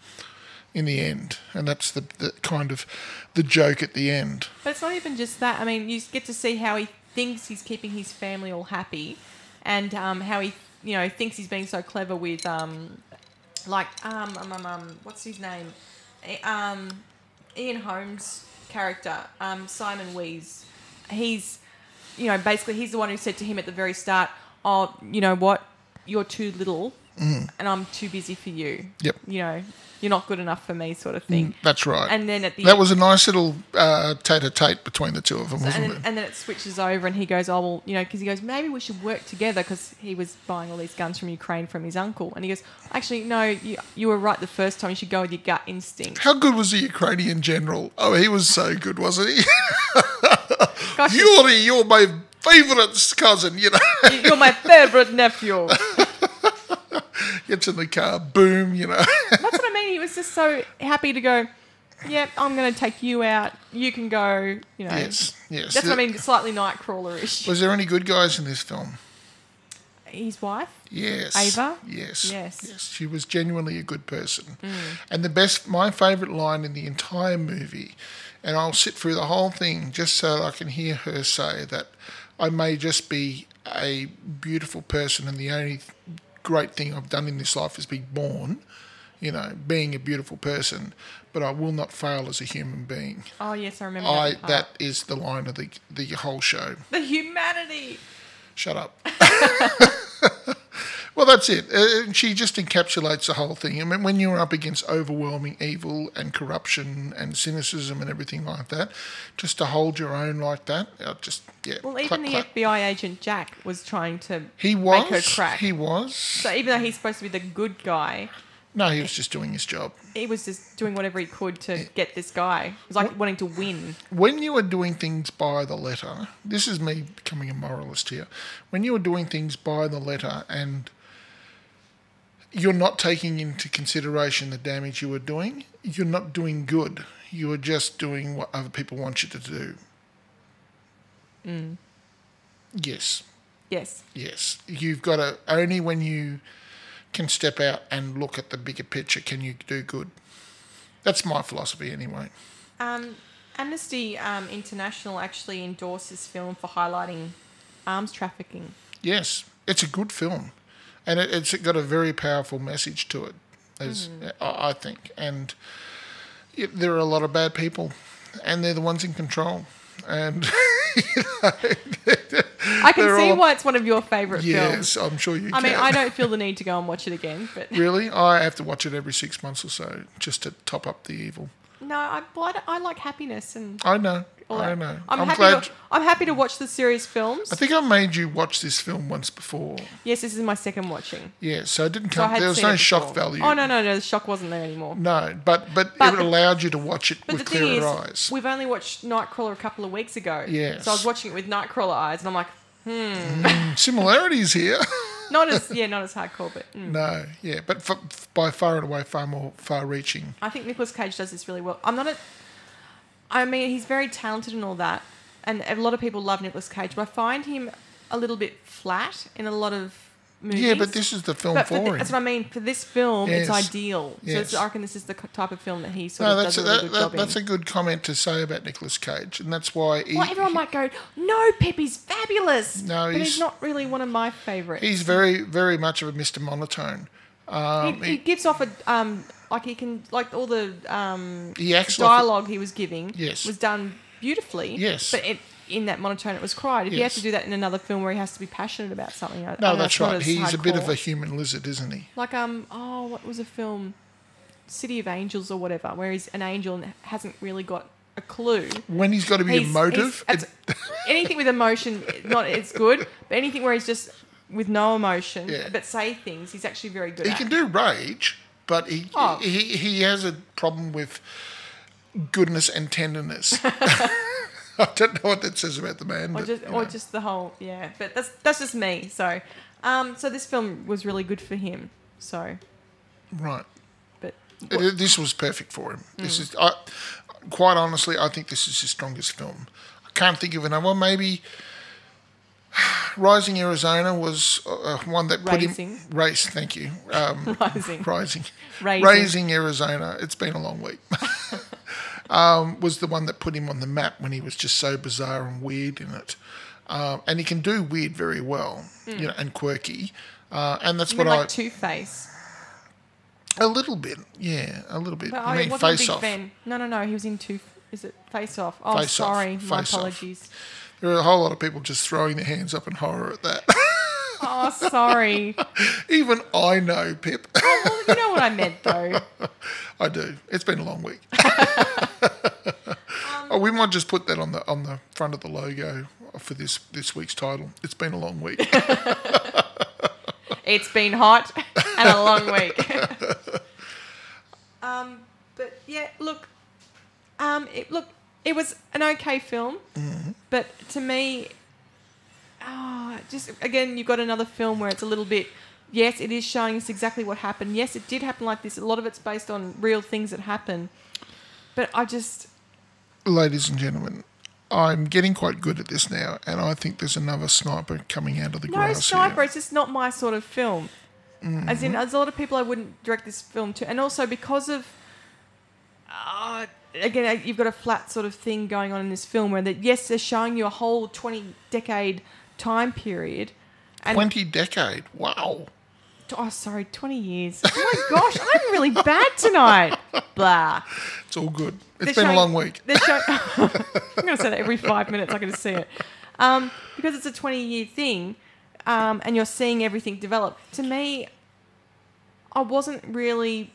[SPEAKER 2] in the end, and that's the, the kind of the joke at the end.
[SPEAKER 4] But it's not even just that. I mean, you get to see how he thinks he's keeping his family all happy, and um, how he, you know, thinks he's being so clever with, um, like, um, um, um, um what's his name, I- um, Ian Holmes' character, um, Simon Wees. He's, you know, basically he's the one who said to him at the very start, "Oh, you know what, you're too little."
[SPEAKER 2] Mm.
[SPEAKER 4] And I'm too busy for you.
[SPEAKER 2] Yep.
[SPEAKER 4] You know, you're not good enough for me, sort of thing.
[SPEAKER 2] That's right.
[SPEAKER 4] And then at the
[SPEAKER 2] Mm. that was a nice little uh, tete-a-tete between the two of them, wasn't
[SPEAKER 4] and then,
[SPEAKER 2] it?
[SPEAKER 4] and then it switches over, and he goes, "Oh well, you know," because he goes, "Maybe we should work together," because he was buying all these guns from Ukraine from his uncle, and he goes, "Actually, no, you, you were right the first time. You should go with your gut instinct."
[SPEAKER 2] How good was the Ukrainian general? Oh, he was so good, wasn't he?
[SPEAKER 4] Gosh, you're,
[SPEAKER 2] Yuri, you're my favourite cousin. You know,
[SPEAKER 4] you're my favorite nephew.
[SPEAKER 2] gets in the car, boom. You know,
[SPEAKER 4] That's what I mean. He was just so happy to go. Yep, I'm going to take you out. You can go. You know,
[SPEAKER 2] yes, yes.
[SPEAKER 4] that's what I mean. Slightly Nightcrawler-ish.
[SPEAKER 2] Was there any good guys in this film?
[SPEAKER 4] His wife.
[SPEAKER 2] Yes.
[SPEAKER 4] Ava?
[SPEAKER 2] Yes.
[SPEAKER 4] Yes. Mm.
[SPEAKER 2] She was genuinely a good person. And the best, my favourite line in the entire movie, and I'll sit through the whole thing just so I can hear her say that I may just be a beautiful person, and the only great thing I've done in this life is be born, you know, being a beautiful person, but I will not fail as a human being.
[SPEAKER 4] Oh yes, I remember.
[SPEAKER 2] I
[SPEAKER 4] part.
[SPEAKER 2] that is the line of the the whole show.
[SPEAKER 4] the humanity.
[SPEAKER 2] Shut up. well, that's it. Uh, she just encapsulates the whole thing. I mean, when you're up against overwhelming evil and corruption and cynicism and everything like that, just to hold your own like that, uh, just yeah.
[SPEAKER 4] Well, even
[SPEAKER 2] clap,
[SPEAKER 4] the
[SPEAKER 2] clap.
[SPEAKER 4] FBI agent Jack was trying to
[SPEAKER 2] he was.
[SPEAKER 4] make her crack.
[SPEAKER 2] He was.
[SPEAKER 4] So even though he's supposed to be the good guy,
[SPEAKER 2] no, he was just doing his job.
[SPEAKER 4] he was just doing whatever he could to get this guy. It was like wanting to win.
[SPEAKER 2] when you are doing things by the letter, this is me becoming a moralist here. When you are doing things by the letter and you're not taking into consideration the damage you are doing, you're not doing good. You are just doing what other people want you to do. Yes,
[SPEAKER 4] Yes.
[SPEAKER 2] yes. You've got to, only when you can step out and look at the bigger picture can you do good. That's my philosophy, anyway.
[SPEAKER 4] Um, Amnesty um, International actually endorsed this film for highlighting arms trafficking.
[SPEAKER 2] Yes, it's a good film, and it, it's got a very powerful message to it, as
[SPEAKER 4] Mm.
[SPEAKER 2] I, I think. And yeah, there are a lot of bad people, and they're the ones in control. And
[SPEAKER 4] I can
[SPEAKER 2] They're
[SPEAKER 4] see
[SPEAKER 2] all-
[SPEAKER 4] why it's one of your favourite films.
[SPEAKER 2] yes, I'm sure you.
[SPEAKER 4] I mean,
[SPEAKER 2] can.
[SPEAKER 4] I don't feel the need to go and watch it again, but
[SPEAKER 2] really. I have to watch it every six months or so just to top up the evil.
[SPEAKER 4] no, I, well, I, don't- I like happiness and
[SPEAKER 2] I know.
[SPEAKER 4] all
[SPEAKER 2] I
[SPEAKER 4] that.
[SPEAKER 2] know.
[SPEAKER 4] I'm,
[SPEAKER 2] I'm
[SPEAKER 4] happy
[SPEAKER 2] glad-
[SPEAKER 4] To, I'm happy to watch the series films.
[SPEAKER 2] I think I made you watch this film once before.
[SPEAKER 4] yes, this is my second watching.
[SPEAKER 2] Yeah, so it didn't
[SPEAKER 4] So I
[SPEAKER 2] come.
[SPEAKER 4] had
[SPEAKER 2] there was
[SPEAKER 4] seen
[SPEAKER 2] no
[SPEAKER 4] it
[SPEAKER 2] shock
[SPEAKER 4] before.
[SPEAKER 2] value.
[SPEAKER 4] Oh no, no, no, the shock wasn't there anymore.
[SPEAKER 2] No, but but,
[SPEAKER 4] But
[SPEAKER 2] it
[SPEAKER 4] the-
[SPEAKER 2] allowed you to watch it
[SPEAKER 4] But
[SPEAKER 2] with
[SPEAKER 4] the thing is,
[SPEAKER 2] clearer eyes.
[SPEAKER 4] we've only watched Nightcrawler a couple of weeks ago.
[SPEAKER 2] Yes.
[SPEAKER 4] So I was watching it with Nightcrawler eyes, and I'm like,
[SPEAKER 2] Similarities here.
[SPEAKER 4] not as yeah, not as hardcore, but mm.
[SPEAKER 2] no, yeah, but f- f- by far and away, far more far-reaching.
[SPEAKER 4] I think Nicolas Cage does this really well. I'm not a. I mean, he's very talented and all that, and a lot of people love Nicolas Cage, but I find him a little bit flat in a lot of movies.
[SPEAKER 2] Yeah, but this is the film
[SPEAKER 4] But for
[SPEAKER 2] for
[SPEAKER 4] thi-
[SPEAKER 2] him.
[SPEAKER 4] that's what I mean. For this film, it's
[SPEAKER 2] Yes.
[SPEAKER 4] ideal. So
[SPEAKER 2] Yes.
[SPEAKER 4] it's, I reckon this is the c- type of film that he sort
[SPEAKER 2] no,
[SPEAKER 4] of
[SPEAKER 2] that's
[SPEAKER 4] does
[SPEAKER 2] a,
[SPEAKER 4] a really
[SPEAKER 2] that,
[SPEAKER 4] good
[SPEAKER 2] that,
[SPEAKER 4] job
[SPEAKER 2] that's
[SPEAKER 4] in.
[SPEAKER 2] a good comment to say about Nicolas Cage, and that's why he,
[SPEAKER 4] well, everyone might go, "No, Peppy's fabulous,"
[SPEAKER 2] No,
[SPEAKER 4] but
[SPEAKER 2] he's-
[SPEAKER 4] he's, not really one of my favorites.
[SPEAKER 2] he's very very much of a Mr. Monotone. Um,
[SPEAKER 4] he, he gives off a um like he can like all the um
[SPEAKER 2] he acts like
[SPEAKER 4] dialogue he was giving
[SPEAKER 2] Yes.
[SPEAKER 4] was done beautifully
[SPEAKER 2] Yes.
[SPEAKER 4] but it, in that monotone it was cried if you had
[SPEAKER 2] Yes.
[SPEAKER 4] to do that in another film where he has to be passionate about something I, I
[SPEAKER 2] a, no,
[SPEAKER 4] know
[SPEAKER 2] that's
[SPEAKER 4] it's not
[SPEAKER 2] right.
[SPEAKER 4] as
[SPEAKER 2] He's a bit of a
[SPEAKER 4] hardcore.
[SPEAKER 2] human lizard, isn't he?
[SPEAKER 4] like um oh what was a film City of Angels or whatever where he's an angel and hasn't really got a clue
[SPEAKER 2] When he's got to be
[SPEAKER 4] He's-
[SPEAKER 2] emotive,
[SPEAKER 4] he's- that's- anything with emotion, not it's good, but anything where he's just with no emotion,
[SPEAKER 2] Yeah.
[SPEAKER 4] but say things, he's actually very good
[SPEAKER 2] he
[SPEAKER 4] at.
[SPEAKER 2] can do rage, but he,
[SPEAKER 4] Oh.
[SPEAKER 2] he he has a problem with goodness and tenderness. I don't know what that says about the man.
[SPEAKER 4] or
[SPEAKER 2] But,
[SPEAKER 4] just
[SPEAKER 2] you
[SPEAKER 4] or
[SPEAKER 2] know.
[SPEAKER 4] just the whole yeah. But that's that's just me. So, um, so this film was really good for him. So,
[SPEAKER 2] right.
[SPEAKER 4] but
[SPEAKER 2] It- it- this was perfect for him.
[SPEAKER 4] Mm.
[SPEAKER 2] This is, I, quite honestly, I think this is his strongest film. I can't think of another one. Maybe Rising Arizona was uh, one that put him
[SPEAKER 4] Raising.
[SPEAKER 2] race. Thank you. Um,
[SPEAKER 4] Rising.
[SPEAKER 2] Rising.
[SPEAKER 4] Raising.
[SPEAKER 2] Raising Arizona. It's been a long week. um, was the one that put him on the map when he was just so bizarre and weird in it. Um, and he can do weird very well, you know, and quirky. Uh, and that's
[SPEAKER 4] Mm. you
[SPEAKER 2] what
[SPEAKER 4] mean
[SPEAKER 2] I
[SPEAKER 4] like Two Face?
[SPEAKER 2] a little bit, yeah, a little bit.
[SPEAKER 4] But
[SPEAKER 2] I
[SPEAKER 4] I
[SPEAKER 2] mean,
[SPEAKER 4] Oh, wasn't
[SPEAKER 2] face
[SPEAKER 4] a big
[SPEAKER 2] off.
[SPEAKER 4] fan. No, no, no. He was in Two. Is it Face Off? Oh,
[SPEAKER 2] Face Off,
[SPEAKER 4] sorry. My
[SPEAKER 2] Face Off.
[SPEAKER 4] apologies.
[SPEAKER 2] There are a whole lot of people just throwing their hands up in horror at that.
[SPEAKER 4] Oh, sorry. Oh,
[SPEAKER 2] Even I know, Pip.
[SPEAKER 4] well, you know what I meant though.
[SPEAKER 2] I do. It's been a long week.
[SPEAKER 4] Um,
[SPEAKER 2] oh, we might just put that on the on the front of the logo for this this week's title. It's been a long week.
[SPEAKER 4] It's been hot and a long week. um, but yeah, look, um, it, look, it was an okay film, but to me, ah, just again, you've got another film where it's a little bit. Yes, it is showing us exactly what happened. Yes, it did happen like this. A lot of it's based on real things that happen, but I just
[SPEAKER 2] Ladies and gentlemen, I'm getting quite good at this now, and I think there's another sniper coming out of the
[SPEAKER 4] No,
[SPEAKER 2] grass
[SPEAKER 4] sniper.
[SPEAKER 2] here.
[SPEAKER 4] It's just not my sort of film. As in, there's a lot of people I wouldn't direct this film to, and also because of. Uh, again, uh, you've got a flat sort of thing going on in this film where that yes, they're showing you a whole twenty decade time period. And
[SPEAKER 2] Twenty decade. Wow.
[SPEAKER 4] oh, sorry, twenty years. Oh my gosh, I'm really bad tonight. Blah.
[SPEAKER 2] It's all good. It's
[SPEAKER 4] It's
[SPEAKER 2] been a long week.
[SPEAKER 4] They're showing, I'm going to say that every five minutes. I can just see it. Um, because it's a 20 year thing um, and you're seeing everything develop. To me, I wasn't really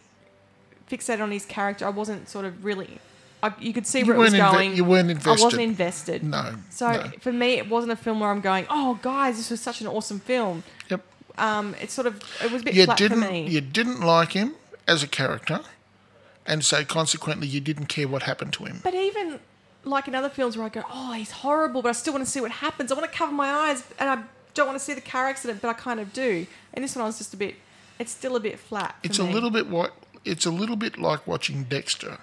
[SPEAKER 4] fixated on his character. I wasn't sort of really. I, you could see where it was
[SPEAKER 2] weren't inve-
[SPEAKER 4] going.
[SPEAKER 2] you weren't
[SPEAKER 4] I
[SPEAKER 2] invested.
[SPEAKER 4] wasn't invested.
[SPEAKER 2] No.
[SPEAKER 4] So
[SPEAKER 2] no.
[SPEAKER 4] for me, it wasn't a film where I'm going, oh, guys, this was such an awesome film.
[SPEAKER 2] Yep.
[SPEAKER 4] Um, it sort of it was a bit
[SPEAKER 2] you
[SPEAKER 4] flat
[SPEAKER 2] didn't
[SPEAKER 4] for me.
[SPEAKER 2] you didn't like him as a character, and so consequently you didn't care what happened to him.
[SPEAKER 4] But even like in other films where I go, oh, he's horrible, but I still want to see what happens. I want to cover my eyes and I don't want to see the car accident, but I kind of do. And this one I was just a bit, it's still a bit flat. for
[SPEAKER 2] It's a
[SPEAKER 4] me.
[SPEAKER 2] little bit what it's a little bit like watching Dexter.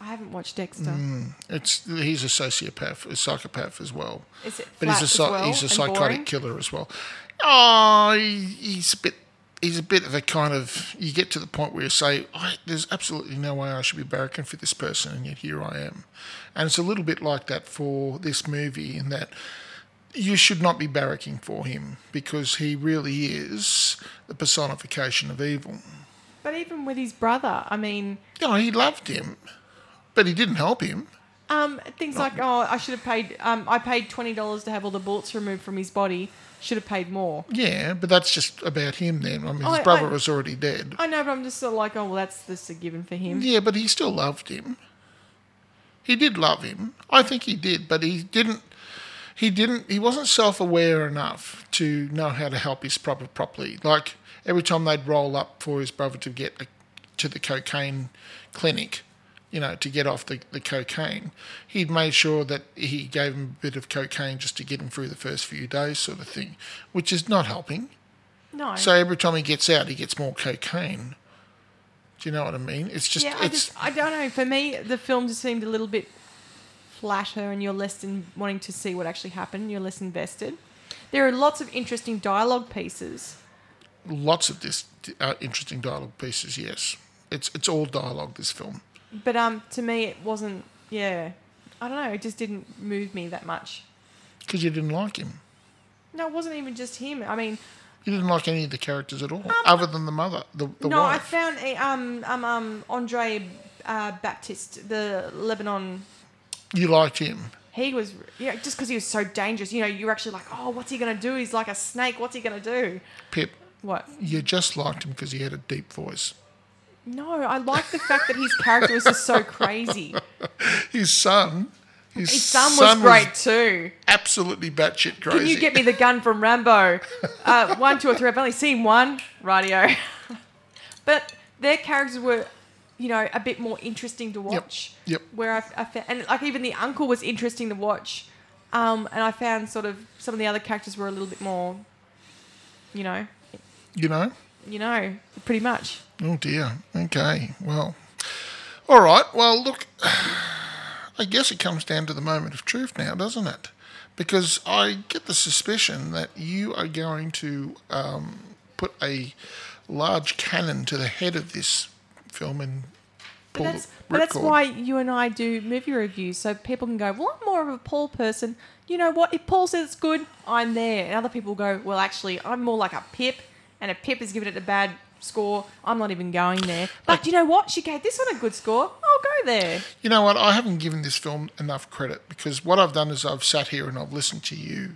[SPEAKER 4] I haven't watched Dexter.
[SPEAKER 2] Mm. It's he's a sociopath, a psychopath as well.
[SPEAKER 4] Is it
[SPEAKER 2] But he's a
[SPEAKER 4] flat
[SPEAKER 2] psy-
[SPEAKER 4] as well
[SPEAKER 2] he's a
[SPEAKER 4] and
[SPEAKER 2] psychotic
[SPEAKER 4] boring?
[SPEAKER 2] killer as well. Oh, he- he's a bit he's a bit of a kind of you get to the point where you say I, there's absolutely no way I should be barracking for this person, and yet here I am. And it's a little bit like that for this movie in that you should not be barracking for him because he really is the personification of evil.
[SPEAKER 4] But even with his brother, I mean,
[SPEAKER 2] No, he loved him, but he didn't help him.
[SPEAKER 4] um, things like, oh, I should have paid, um, I paid $20 to have all the bullets removed from his body, should have paid more.
[SPEAKER 2] Yeah, but that's just about him then. I mean, his
[SPEAKER 4] I-
[SPEAKER 2] brother
[SPEAKER 4] I-
[SPEAKER 2] was already dead.
[SPEAKER 4] I know, but I'm just sort of like, oh, well, that's just a given for him.
[SPEAKER 2] Yeah, but he still loved him. He did love him. I think he did, but he didn't. He didn't. He wasn't self-aware enough to know how to help his brother properly. Like every time they'd roll up for his brother to get a, to the cocaine clinic, you know, to get off the, the cocaine, he'd made sure that he gave him a bit of cocaine just to get him through the first few days, sort of thing, which is not helping.
[SPEAKER 4] No.
[SPEAKER 2] So every time he gets out, he gets more cocaine. Do you know what I mean? It's just,
[SPEAKER 4] yeah, I
[SPEAKER 2] it's,
[SPEAKER 4] just I don't know. For me, the film just seemed a little bit flatter, and you're less in wanting to see what actually happened. You're less invested. There are lots of interesting dialogue pieces.
[SPEAKER 2] lots of this uh, interesting dialogue pieces. Yes, it's it's all dialogue. This film.
[SPEAKER 4] But um, to me, it wasn't. Yeah, I don't know. It just didn't move me that much.
[SPEAKER 2] because you didn't like him.
[SPEAKER 4] No, it wasn't even just him. I mean,
[SPEAKER 2] You didn't like any of the characters at all, other than the mother, the, the
[SPEAKER 4] Um, no, I
[SPEAKER 2] wife.
[SPEAKER 4] found eh, um um um Andre uh, Baptiste, the Lebanon.
[SPEAKER 2] you liked him.
[SPEAKER 4] He was yeah, just because he was so dangerous. You know, you're actually like, oh, what's he gonna do? He's like a snake. What's he gonna do?
[SPEAKER 2] Pip,
[SPEAKER 4] What?
[SPEAKER 2] you just liked him because he had a deep voice.
[SPEAKER 4] No, I like the fact that his character was just so crazy.
[SPEAKER 2] His son, his,
[SPEAKER 4] His son was great too.
[SPEAKER 2] absolutely batshit crazy.
[SPEAKER 4] Can you get me the gun from Rambo? Uh, one, two, or three. I've only seen one. Radio. but their characters were, you know, a bit more interesting to watch.
[SPEAKER 2] Yep.
[SPEAKER 4] Where I, I found, and like even the uncle was interesting to watch. Um, and I found sort of some of the other characters were a little bit more, you know,
[SPEAKER 2] You know?
[SPEAKER 4] you know, pretty much.
[SPEAKER 2] Oh dear. Okay. Well. All right. Well, look. I guess it comes down to the moment of truth now, doesn't it? Because I get the suspicion that you are going to um, put a large cannon to the head of this film and
[SPEAKER 4] But
[SPEAKER 2] pull
[SPEAKER 4] that's,
[SPEAKER 2] the
[SPEAKER 4] but that's
[SPEAKER 2] ripcord.
[SPEAKER 4] why you and I do movie reviews, so people can go, well, I'm more of a Paul person. You know what? If Paul says it's good, I'm there. And other people go, well, actually, I'm more like a Pip, and if Pip is giving it a bad score, I'm not even going there. But you know what? She gave this one a good score. I'll go there.
[SPEAKER 2] You know what? I haven't given this film enough credit because what I've done is I've sat here and I've listened to you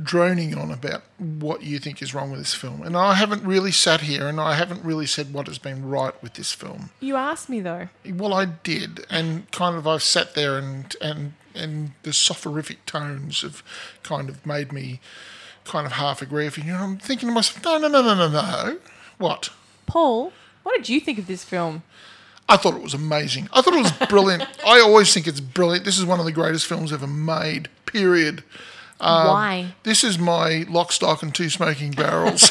[SPEAKER 2] droning on about what you think is wrong with this film. And I haven't really sat here and I haven't really said what has been right with this film.
[SPEAKER 4] You asked me, though.
[SPEAKER 2] Well, I did, and kind of I've sat there and and and the soporific tones have kind of made me kind of half agree with you. And I'm thinking to myself, no, no, no, no, no, no. What?
[SPEAKER 4] Paul, what did you think of this film?
[SPEAKER 2] I thought it was amazing. I thought it was brilliant. I always think it's brilliant. This is one of the greatest films ever made. Period. Um,
[SPEAKER 4] Why?
[SPEAKER 2] This is my lock, stock, and two smoking barrels.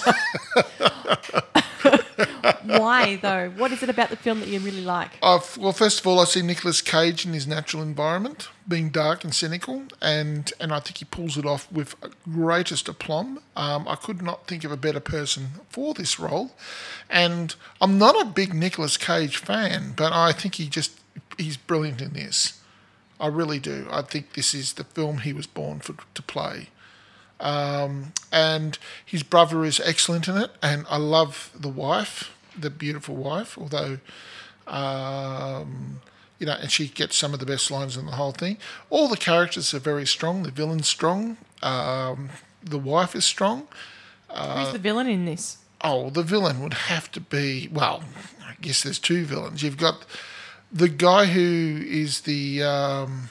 [SPEAKER 4] Why, though? What is it about the film that you really like?
[SPEAKER 2] I've, well, first of all, I see Nicolas Cage in his natural environment, being dark and cynical, and, and I think he pulls it off with greatest aplomb. Um, I could not think of a better person for this role, and I'm not a big Nicolas Cage fan, but I think he just he's brilliant in this. I really do. I think this is the film he was born for to play. Um, and his brother is excellent in it, and I love the wife, the beautiful wife, although um, you know, and she gets some of the best lines in the whole thing. All the characters are very strong. The villain's strong. Um, the wife is strong. Uh,
[SPEAKER 4] Who's the villain in this?
[SPEAKER 2] Oh, the villain would have to be. Well, I guess there's two villains. You've got the guy who is the um,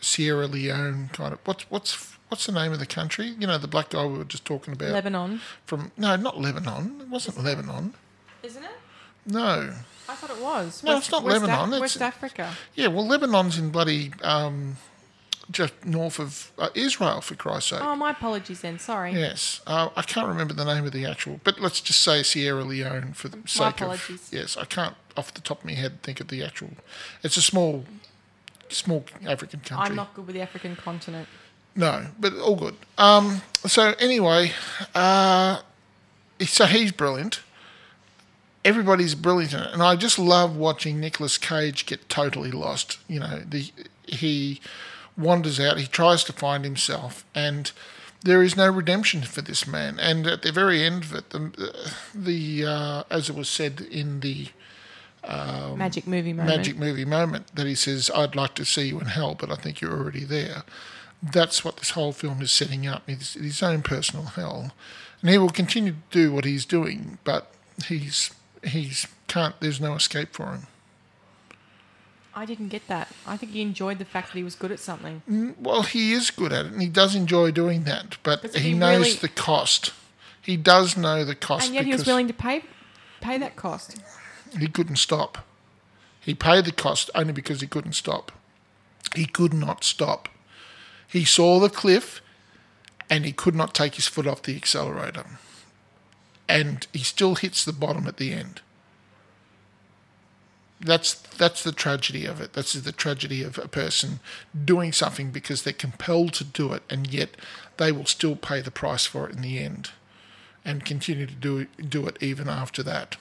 [SPEAKER 2] Sierra Leone kind of. What's what's what's the name of the country? You know, the black guy we were just talking about.
[SPEAKER 4] Lebanon.
[SPEAKER 2] From no, not Lebanon. It wasn't Lebanon.
[SPEAKER 4] Isn't it?
[SPEAKER 2] No.
[SPEAKER 4] I thought it was.
[SPEAKER 2] No, it's not Lebanon, it's-
[SPEAKER 4] West Africa.
[SPEAKER 2] Yeah, well, Lebanon's in bloody um, just north of uh, Israel, for Christ's sake.
[SPEAKER 4] Oh, my apologies then. Sorry.
[SPEAKER 2] Yes, uh, I can't remember the name of the actual, but let's just say Sierra Leone for the sake
[SPEAKER 4] apologies.
[SPEAKER 2] of. Yes, I can't off the top of my head think of the actual. It's a small, small African country.
[SPEAKER 4] I'm not good with the African continent.
[SPEAKER 2] No, but all good. Um, so anyway, uh, so he's brilliant. Everybody's brilliant in it, and I just love watching Nicolas Cage get totally lost. You know, the he wanders out. He tries to find himself, and there is no redemption for this man. And at the very end of it, the, the uh, as it was said in the
[SPEAKER 4] Magic movie moment.
[SPEAKER 2] magic movie moment that he says, I'd like to see you in hell, but I think you're already there. That's what this whole film is setting up his, his own personal hell. And he will continue to do what he's doing, but he's he's can't there's no escape for him.
[SPEAKER 4] I didn't get that. I think he enjoyed the fact that he was good at something.
[SPEAKER 2] Well, he is good at it, and he does enjoy doing that. But
[SPEAKER 4] But
[SPEAKER 2] he,
[SPEAKER 4] he
[SPEAKER 2] knows
[SPEAKER 4] really-
[SPEAKER 2] the cost. He does know the cost,
[SPEAKER 4] And yet he
[SPEAKER 2] because
[SPEAKER 4] was willing to pay pay that cost.
[SPEAKER 2] he couldn't stop. He paid the cost only because he couldn't stop. He could not stop. He saw the cliff, and he could not take his foot off the accelerator. And he still hits the bottom at the end. That's that's the tragedy of it. That's the tragedy of a person doing something because they're compelled to do it, and yet they will still pay the price for it in the end, and continue to do do it even after that.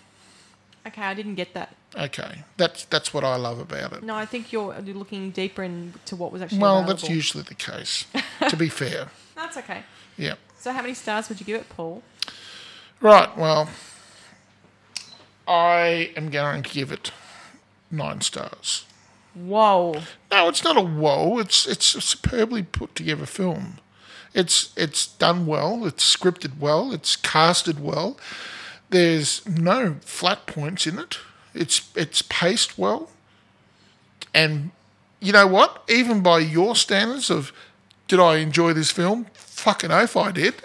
[SPEAKER 4] Okay, I didn't get that.
[SPEAKER 2] Okay, that's that's what I love about it.
[SPEAKER 4] No, I think you're you're looking deeper into what was actually
[SPEAKER 2] well,
[SPEAKER 4] available.
[SPEAKER 2] that's usually the case. to be fair,
[SPEAKER 4] That's okay.
[SPEAKER 2] yeah.
[SPEAKER 4] So how many stars would you give it, Paul?
[SPEAKER 2] Right. Well, I am going to give it nine stars.
[SPEAKER 4] Whoa.
[SPEAKER 2] No, it's not a whoa. It's it's a superbly put together film. It's it's done well. It's scripted well. It's casted well. There's no flat points in it. It's it's paced well. And you know what? Even by your standards of did I enjoy this film? Fucking oath I did.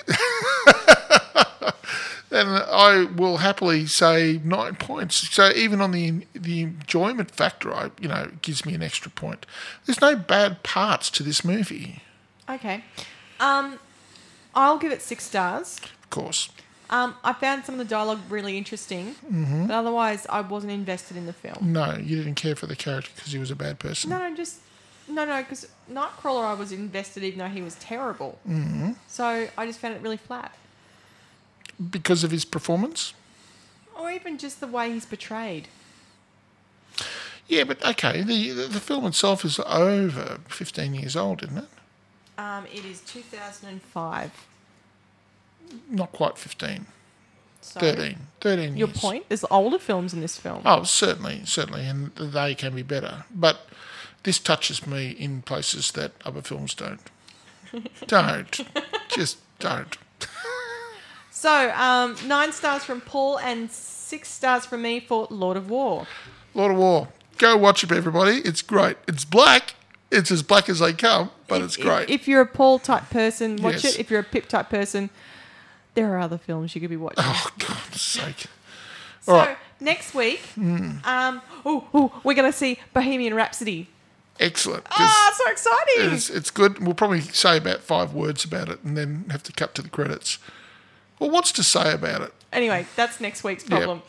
[SPEAKER 2] then I will happily say nine points. So even on the the enjoyment factor, I you know it gives me an extra point. There's no bad parts to this movie,
[SPEAKER 4] Okay. Um, I'll give it six stars.
[SPEAKER 2] of course.
[SPEAKER 4] Um, I found some of the dialogue really interesting,
[SPEAKER 2] Mm-hmm.
[SPEAKER 4] but otherwise I wasn't invested in the film.
[SPEAKER 2] No, you didn't care for the character because he was a bad person.
[SPEAKER 4] No, no, just no, no, because Nightcrawler I was invested even though he was terrible. Mm-hmm. So I just found it really flat,
[SPEAKER 2] Because of his performance.
[SPEAKER 4] or even just the way he's portrayed.
[SPEAKER 2] Yeah, but okay. The the film itself is over 15 years old, isn't it?
[SPEAKER 4] Um, it is 2005.
[SPEAKER 2] Not quite 15.
[SPEAKER 4] So
[SPEAKER 2] 13. 13
[SPEAKER 4] Your
[SPEAKER 2] years.
[SPEAKER 4] point? There's older films in this film.
[SPEAKER 2] Oh, certainly, certainly, and they can be better. But this touches me in places that other films don't. don't. Just don't.
[SPEAKER 4] So um, nine stars from Paul and six stars from me for Lord of War.
[SPEAKER 2] Lord of War. Go watch it, everybody. It's great. It's black. It's as black as they come, but it's
[SPEAKER 4] If-
[SPEAKER 2] great.
[SPEAKER 4] If you're a Paul type person, watch
[SPEAKER 2] Yes.
[SPEAKER 4] it. If you're a Pip type person, there are other films you could be watching.
[SPEAKER 2] oh, God's sake.
[SPEAKER 4] so
[SPEAKER 2] alright.
[SPEAKER 4] next week,
[SPEAKER 2] Mm.
[SPEAKER 4] um, ooh, ooh, we're gonna see Bohemian Rhapsody.
[SPEAKER 2] Excellent. 'cause
[SPEAKER 4] Ah, so exciting!
[SPEAKER 2] it's, it's good. We'll probably say about five words about it and then have to cut to the credits. Well, what's to say about it?
[SPEAKER 4] Anyway, that's next week's
[SPEAKER 2] Yeah.
[SPEAKER 4] problem.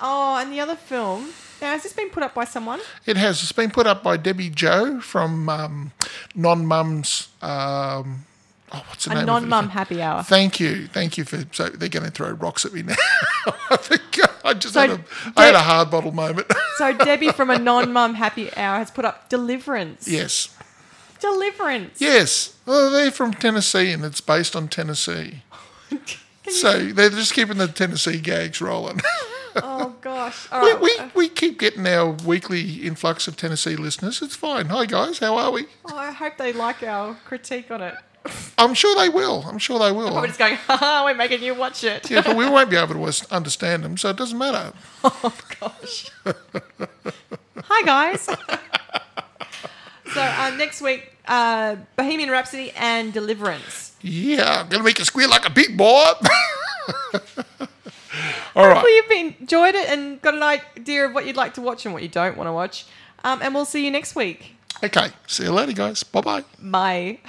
[SPEAKER 4] Oh, and the other film. Now, has this been put up by someone?
[SPEAKER 2] It has. It's been put up by Debbie Joe from um, Non Mums. Um, oh, what's the
[SPEAKER 4] A
[SPEAKER 2] name?
[SPEAKER 4] non mum
[SPEAKER 2] of it?
[SPEAKER 4] happy hour.
[SPEAKER 2] Thank you, thank you for. So they're going to throw rocks at me now. I think I just
[SPEAKER 4] So
[SPEAKER 2] had a, I had
[SPEAKER 4] De-
[SPEAKER 2] a hard bottle moment.
[SPEAKER 4] So Debbie from a non mum happy hour has put up Deliverance.
[SPEAKER 2] yes,
[SPEAKER 4] Deliverance.
[SPEAKER 2] yes. Well, they're from Tennessee, and it's based on Tennessee. so they're just keeping the Tennessee gags rolling.
[SPEAKER 4] Oh gosh. All
[SPEAKER 2] we,
[SPEAKER 4] right.
[SPEAKER 2] we, we keep getting our weekly influx of Tennessee listeners. It's fine. Hi guys, how are we?
[SPEAKER 4] Oh, I hope they like our critique on it.
[SPEAKER 2] I'm sure they will. I'm sure they will.
[SPEAKER 4] We're just going, haha, we're making you watch it.
[SPEAKER 2] Oh. yeah, but we won't be able to us- understand them, so it doesn't matter.
[SPEAKER 4] Hi, guys. so uh, next week, uh, Bohemian Rhapsody and Deliverance.
[SPEAKER 2] Yeah, I'm gonna make you squeal like a big boy. All
[SPEAKER 4] Hopefully
[SPEAKER 2] right.
[SPEAKER 4] you've been, enjoyed it and got an idea of what you'd like to watch and what you don't want to watch. Um, and we'll see you next week.
[SPEAKER 2] Okay. See you later, guys. Bye bye.
[SPEAKER 4] Bye.